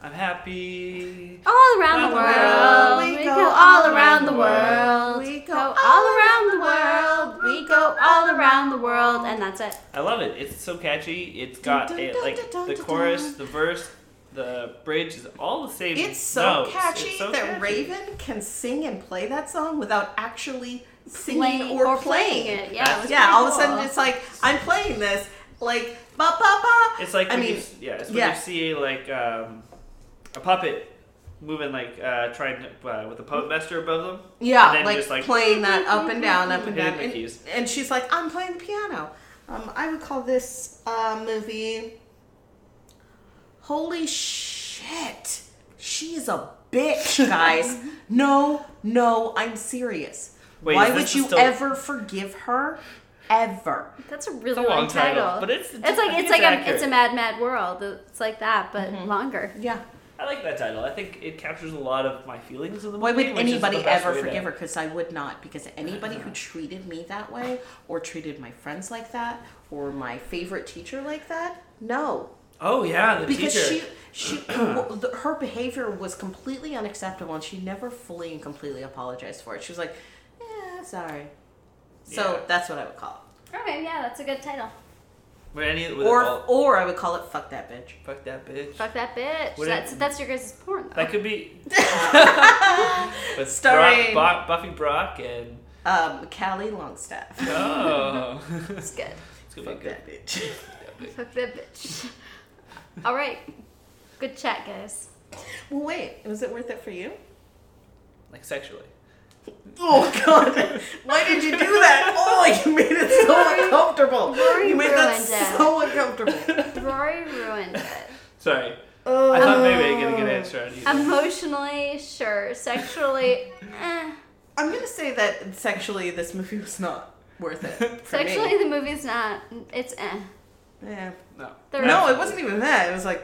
S4: I'm happy.
S2: All around the world, we go all around the world.
S1: We
S2: We
S1: go
S2: go all around the world. We go all around the world, and that's it.
S4: I love it. It's so catchy. It's got
S1: Dun, dun,
S4: it,
S1: dun,
S4: like
S1: dun, dun,
S4: the
S1: dun,
S4: chorus,
S1: dun.
S4: the verse, the bridge is all the same.
S1: It's so
S4: notes.
S1: catchy
S4: It's so
S1: that
S4: catchy.
S1: Raven can sing and play that song without actually singing
S2: Playing
S1: or,
S2: or
S1: playing.
S2: playing it. Yeah, it was
S1: yeah.
S2: pretty
S1: All of a
S2: cool.
S1: sudden, it's like I'm playing this, like ba ba ba.
S4: It's like
S1: I
S4: when
S1: mean,
S4: you, s- yeah, it's when
S1: yeah.
S4: you see like um, a puppet moving like uh, trying to, uh, with a puppet master above them. and
S1: yeah,
S4: then
S1: like,
S4: just, like,
S1: playing that up and down, up and
S4: Hitting
S1: down.
S4: the
S1: And,
S4: keys.
S1: and she's like, I'm playing the piano. Um, I would call this uh, movie. Holy shit! She's a bitch, guys. no, no, I'm serious.
S4: Wait,
S1: Why
S4: is
S1: would
S4: this
S1: you
S4: still-
S1: ever forgive her? Ever.
S2: That's a really
S4: It's a
S2: long
S4: long
S2: title.
S4: title, but it's
S2: it's
S4: I
S2: like
S4: think
S2: it's like a,
S4: accurate.
S2: it's a Mad Mad World. It's like that, but longer.
S1: Yeah.
S4: I like that title. I think it captures a lot of my feelings in the
S1: Why would
S4: movie. which is
S1: anybody
S4: the best
S1: ever
S4: way to- Uh-huh.
S1: forgive her? Because I would not. Because anybody who treated me that way, or treated my friends like that, or my favorite teacher like that, no.
S4: Oh yeah, the
S1: Because
S4: teacher.
S1: she, she, well, the- her behavior was completely unacceptable, and she never fully and completely apologized for it. She was like, "Yeah, sorry." So
S4: Yeah.
S1: that's what I would call
S2: Okay, yeah, that's a good title.
S4: Were any
S1: it,
S4: with
S1: or
S4: all-
S1: or I would call it "fuck that bitch."
S4: fuck that bitch.
S2: Fuck that bitch.
S4: Would it-
S2: that's that's your guys' porn though.
S4: That could be. with
S1: Starring-
S4: Brock, Brock, Buffy Brock and.
S1: Um, Callie Longstaff.
S4: Oh.
S2: It's good.
S4: it's gonna
S1: fuck
S4: be good.
S1: that bitch.
S2: Fuck that bitch. All right. Good chat, guys.
S1: well, wait, was it worth it for you?
S4: Like sexually.
S1: Oh God! Why did you do that? Oh, you made it so uncomfortable.
S2: Lori
S1: you made that
S2: ruined it.
S1: so uncomfortable.
S2: Rory ruined it.
S4: Sorry. I thought maybe I get a
S1: Oh.
S4: good answer on you.
S2: Emotionally, sure. Sexually, eh.
S1: I'm gonna say that sexually, this movie was not worth it. For
S2: Sexually,
S1: me.
S2: the movie's not. It's eh.
S1: yeah.
S4: no.
S2: The
S1: No,
S2: rest-
S1: it wasn't even that. It was like,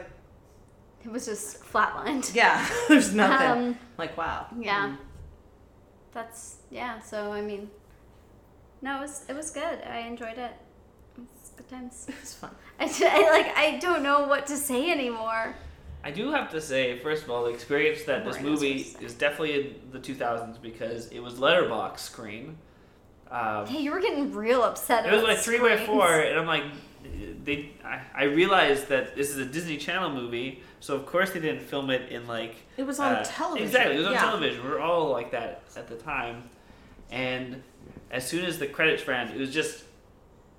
S2: It was just flatlined.
S1: yeah, there's nothing.
S2: Um,
S1: like, wow.
S2: yeah. That's yeah. So I mean, no, it was it was good. I enjoyed it. It was good times.
S1: It's fun.
S2: I, ju- I like I don't know what to say anymore.
S4: I do have to say, first of all, the experience that this
S2: Right, that's what
S4: movie
S2: she said.
S4: is definitely in the 2000s because it was letterbox screen. Um,
S2: Hey, you were getting real upset.
S4: it was
S2: about
S4: like three by
S2: screens.
S4: four, and I'm like, they I, I realized that this is a Disney Channel movie, so of course they didn't film it in like
S1: It was on
S4: uh,
S1: television.
S4: Exactly, it was on
S1: yeah.
S4: television. We were all like that at the time, and as soon as the credits ran, it was just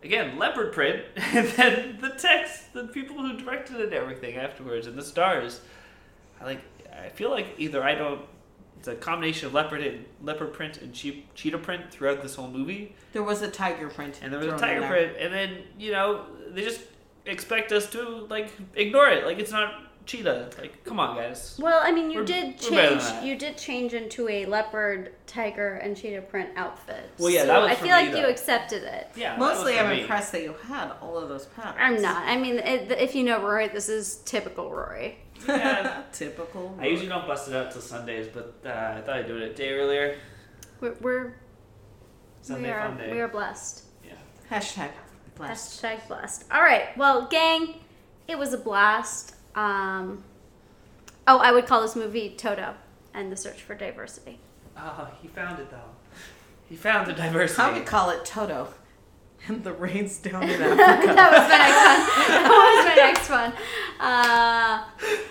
S4: again leopard print, and then the text, the people who directed it, and everything afterwards, and the stars. I like. I feel like either I don't. It's a combination of leopard and leopard print and cheap cheetah print throughout this whole movie,
S1: There was a tiger print.
S4: and there was a
S1: thrown in
S4: tiger
S1: there.
S4: print, and then you know they just expect us to like ignore it, like it's not cheetah. Like, come on, guys.
S2: Well, I mean, you
S4: We're-
S2: did
S4: we're better than
S2: change.
S4: that.
S2: You did change into a leopard, tiger, and cheetah print outfit.
S4: Well, yeah,
S2: so
S4: that was
S2: I
S4: for
S2: feel
S4: me,
S2: like you
S4: though.
S2: accepted it.
S4: Yeah, that was
S1: Mostly,
S4: for
S1: I'm
S4: me.
S1: impressed that you had all of those patterns.
S2: I'm not. I mean, it, if you know Rory, this is typical Rory.
S4: Yeah.
S1: Typical.
S4: I usually don't bust it out till Sundays, but uh, I thought I'd do it a day earlier.
S2: We're we're
S4: Sunday
S2: we are
S4: fun day.
S2: we are blessed.
S1: Hashtag blessed.
S2: Hashtag blessed. All right. Well, gang, it was a blast. Um, oh, I would call this movie Toto and the Search for Diversity.
S4: Oh, he found it though. He found the diversity.
S1: I would call it Toto and the rains down in
S2: that was my
S1: Africa.
S2: next one. That was my next one. Uh,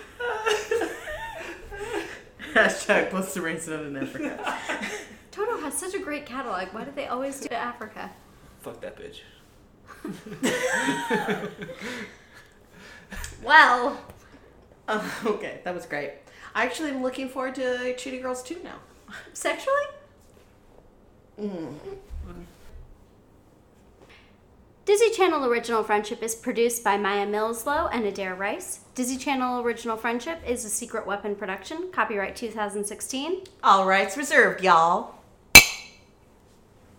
S1: Hashtag bless the rains down in Africa.
S2: Toto has such a great catalog. Why do they always do Africa?
S4: Fuck that bitch.
S2: Well,
S1: Uh, okay, that was great. I actually am looking forward to Cheetah Girls 2 now.
S2: sexually? Disney Channel Original Friendship is produced by Maya Millslow and Adair Rice. Disney Channel Original Friendship is a secret weapon production, copyright 2016.
S1: All rights reserved, y'all.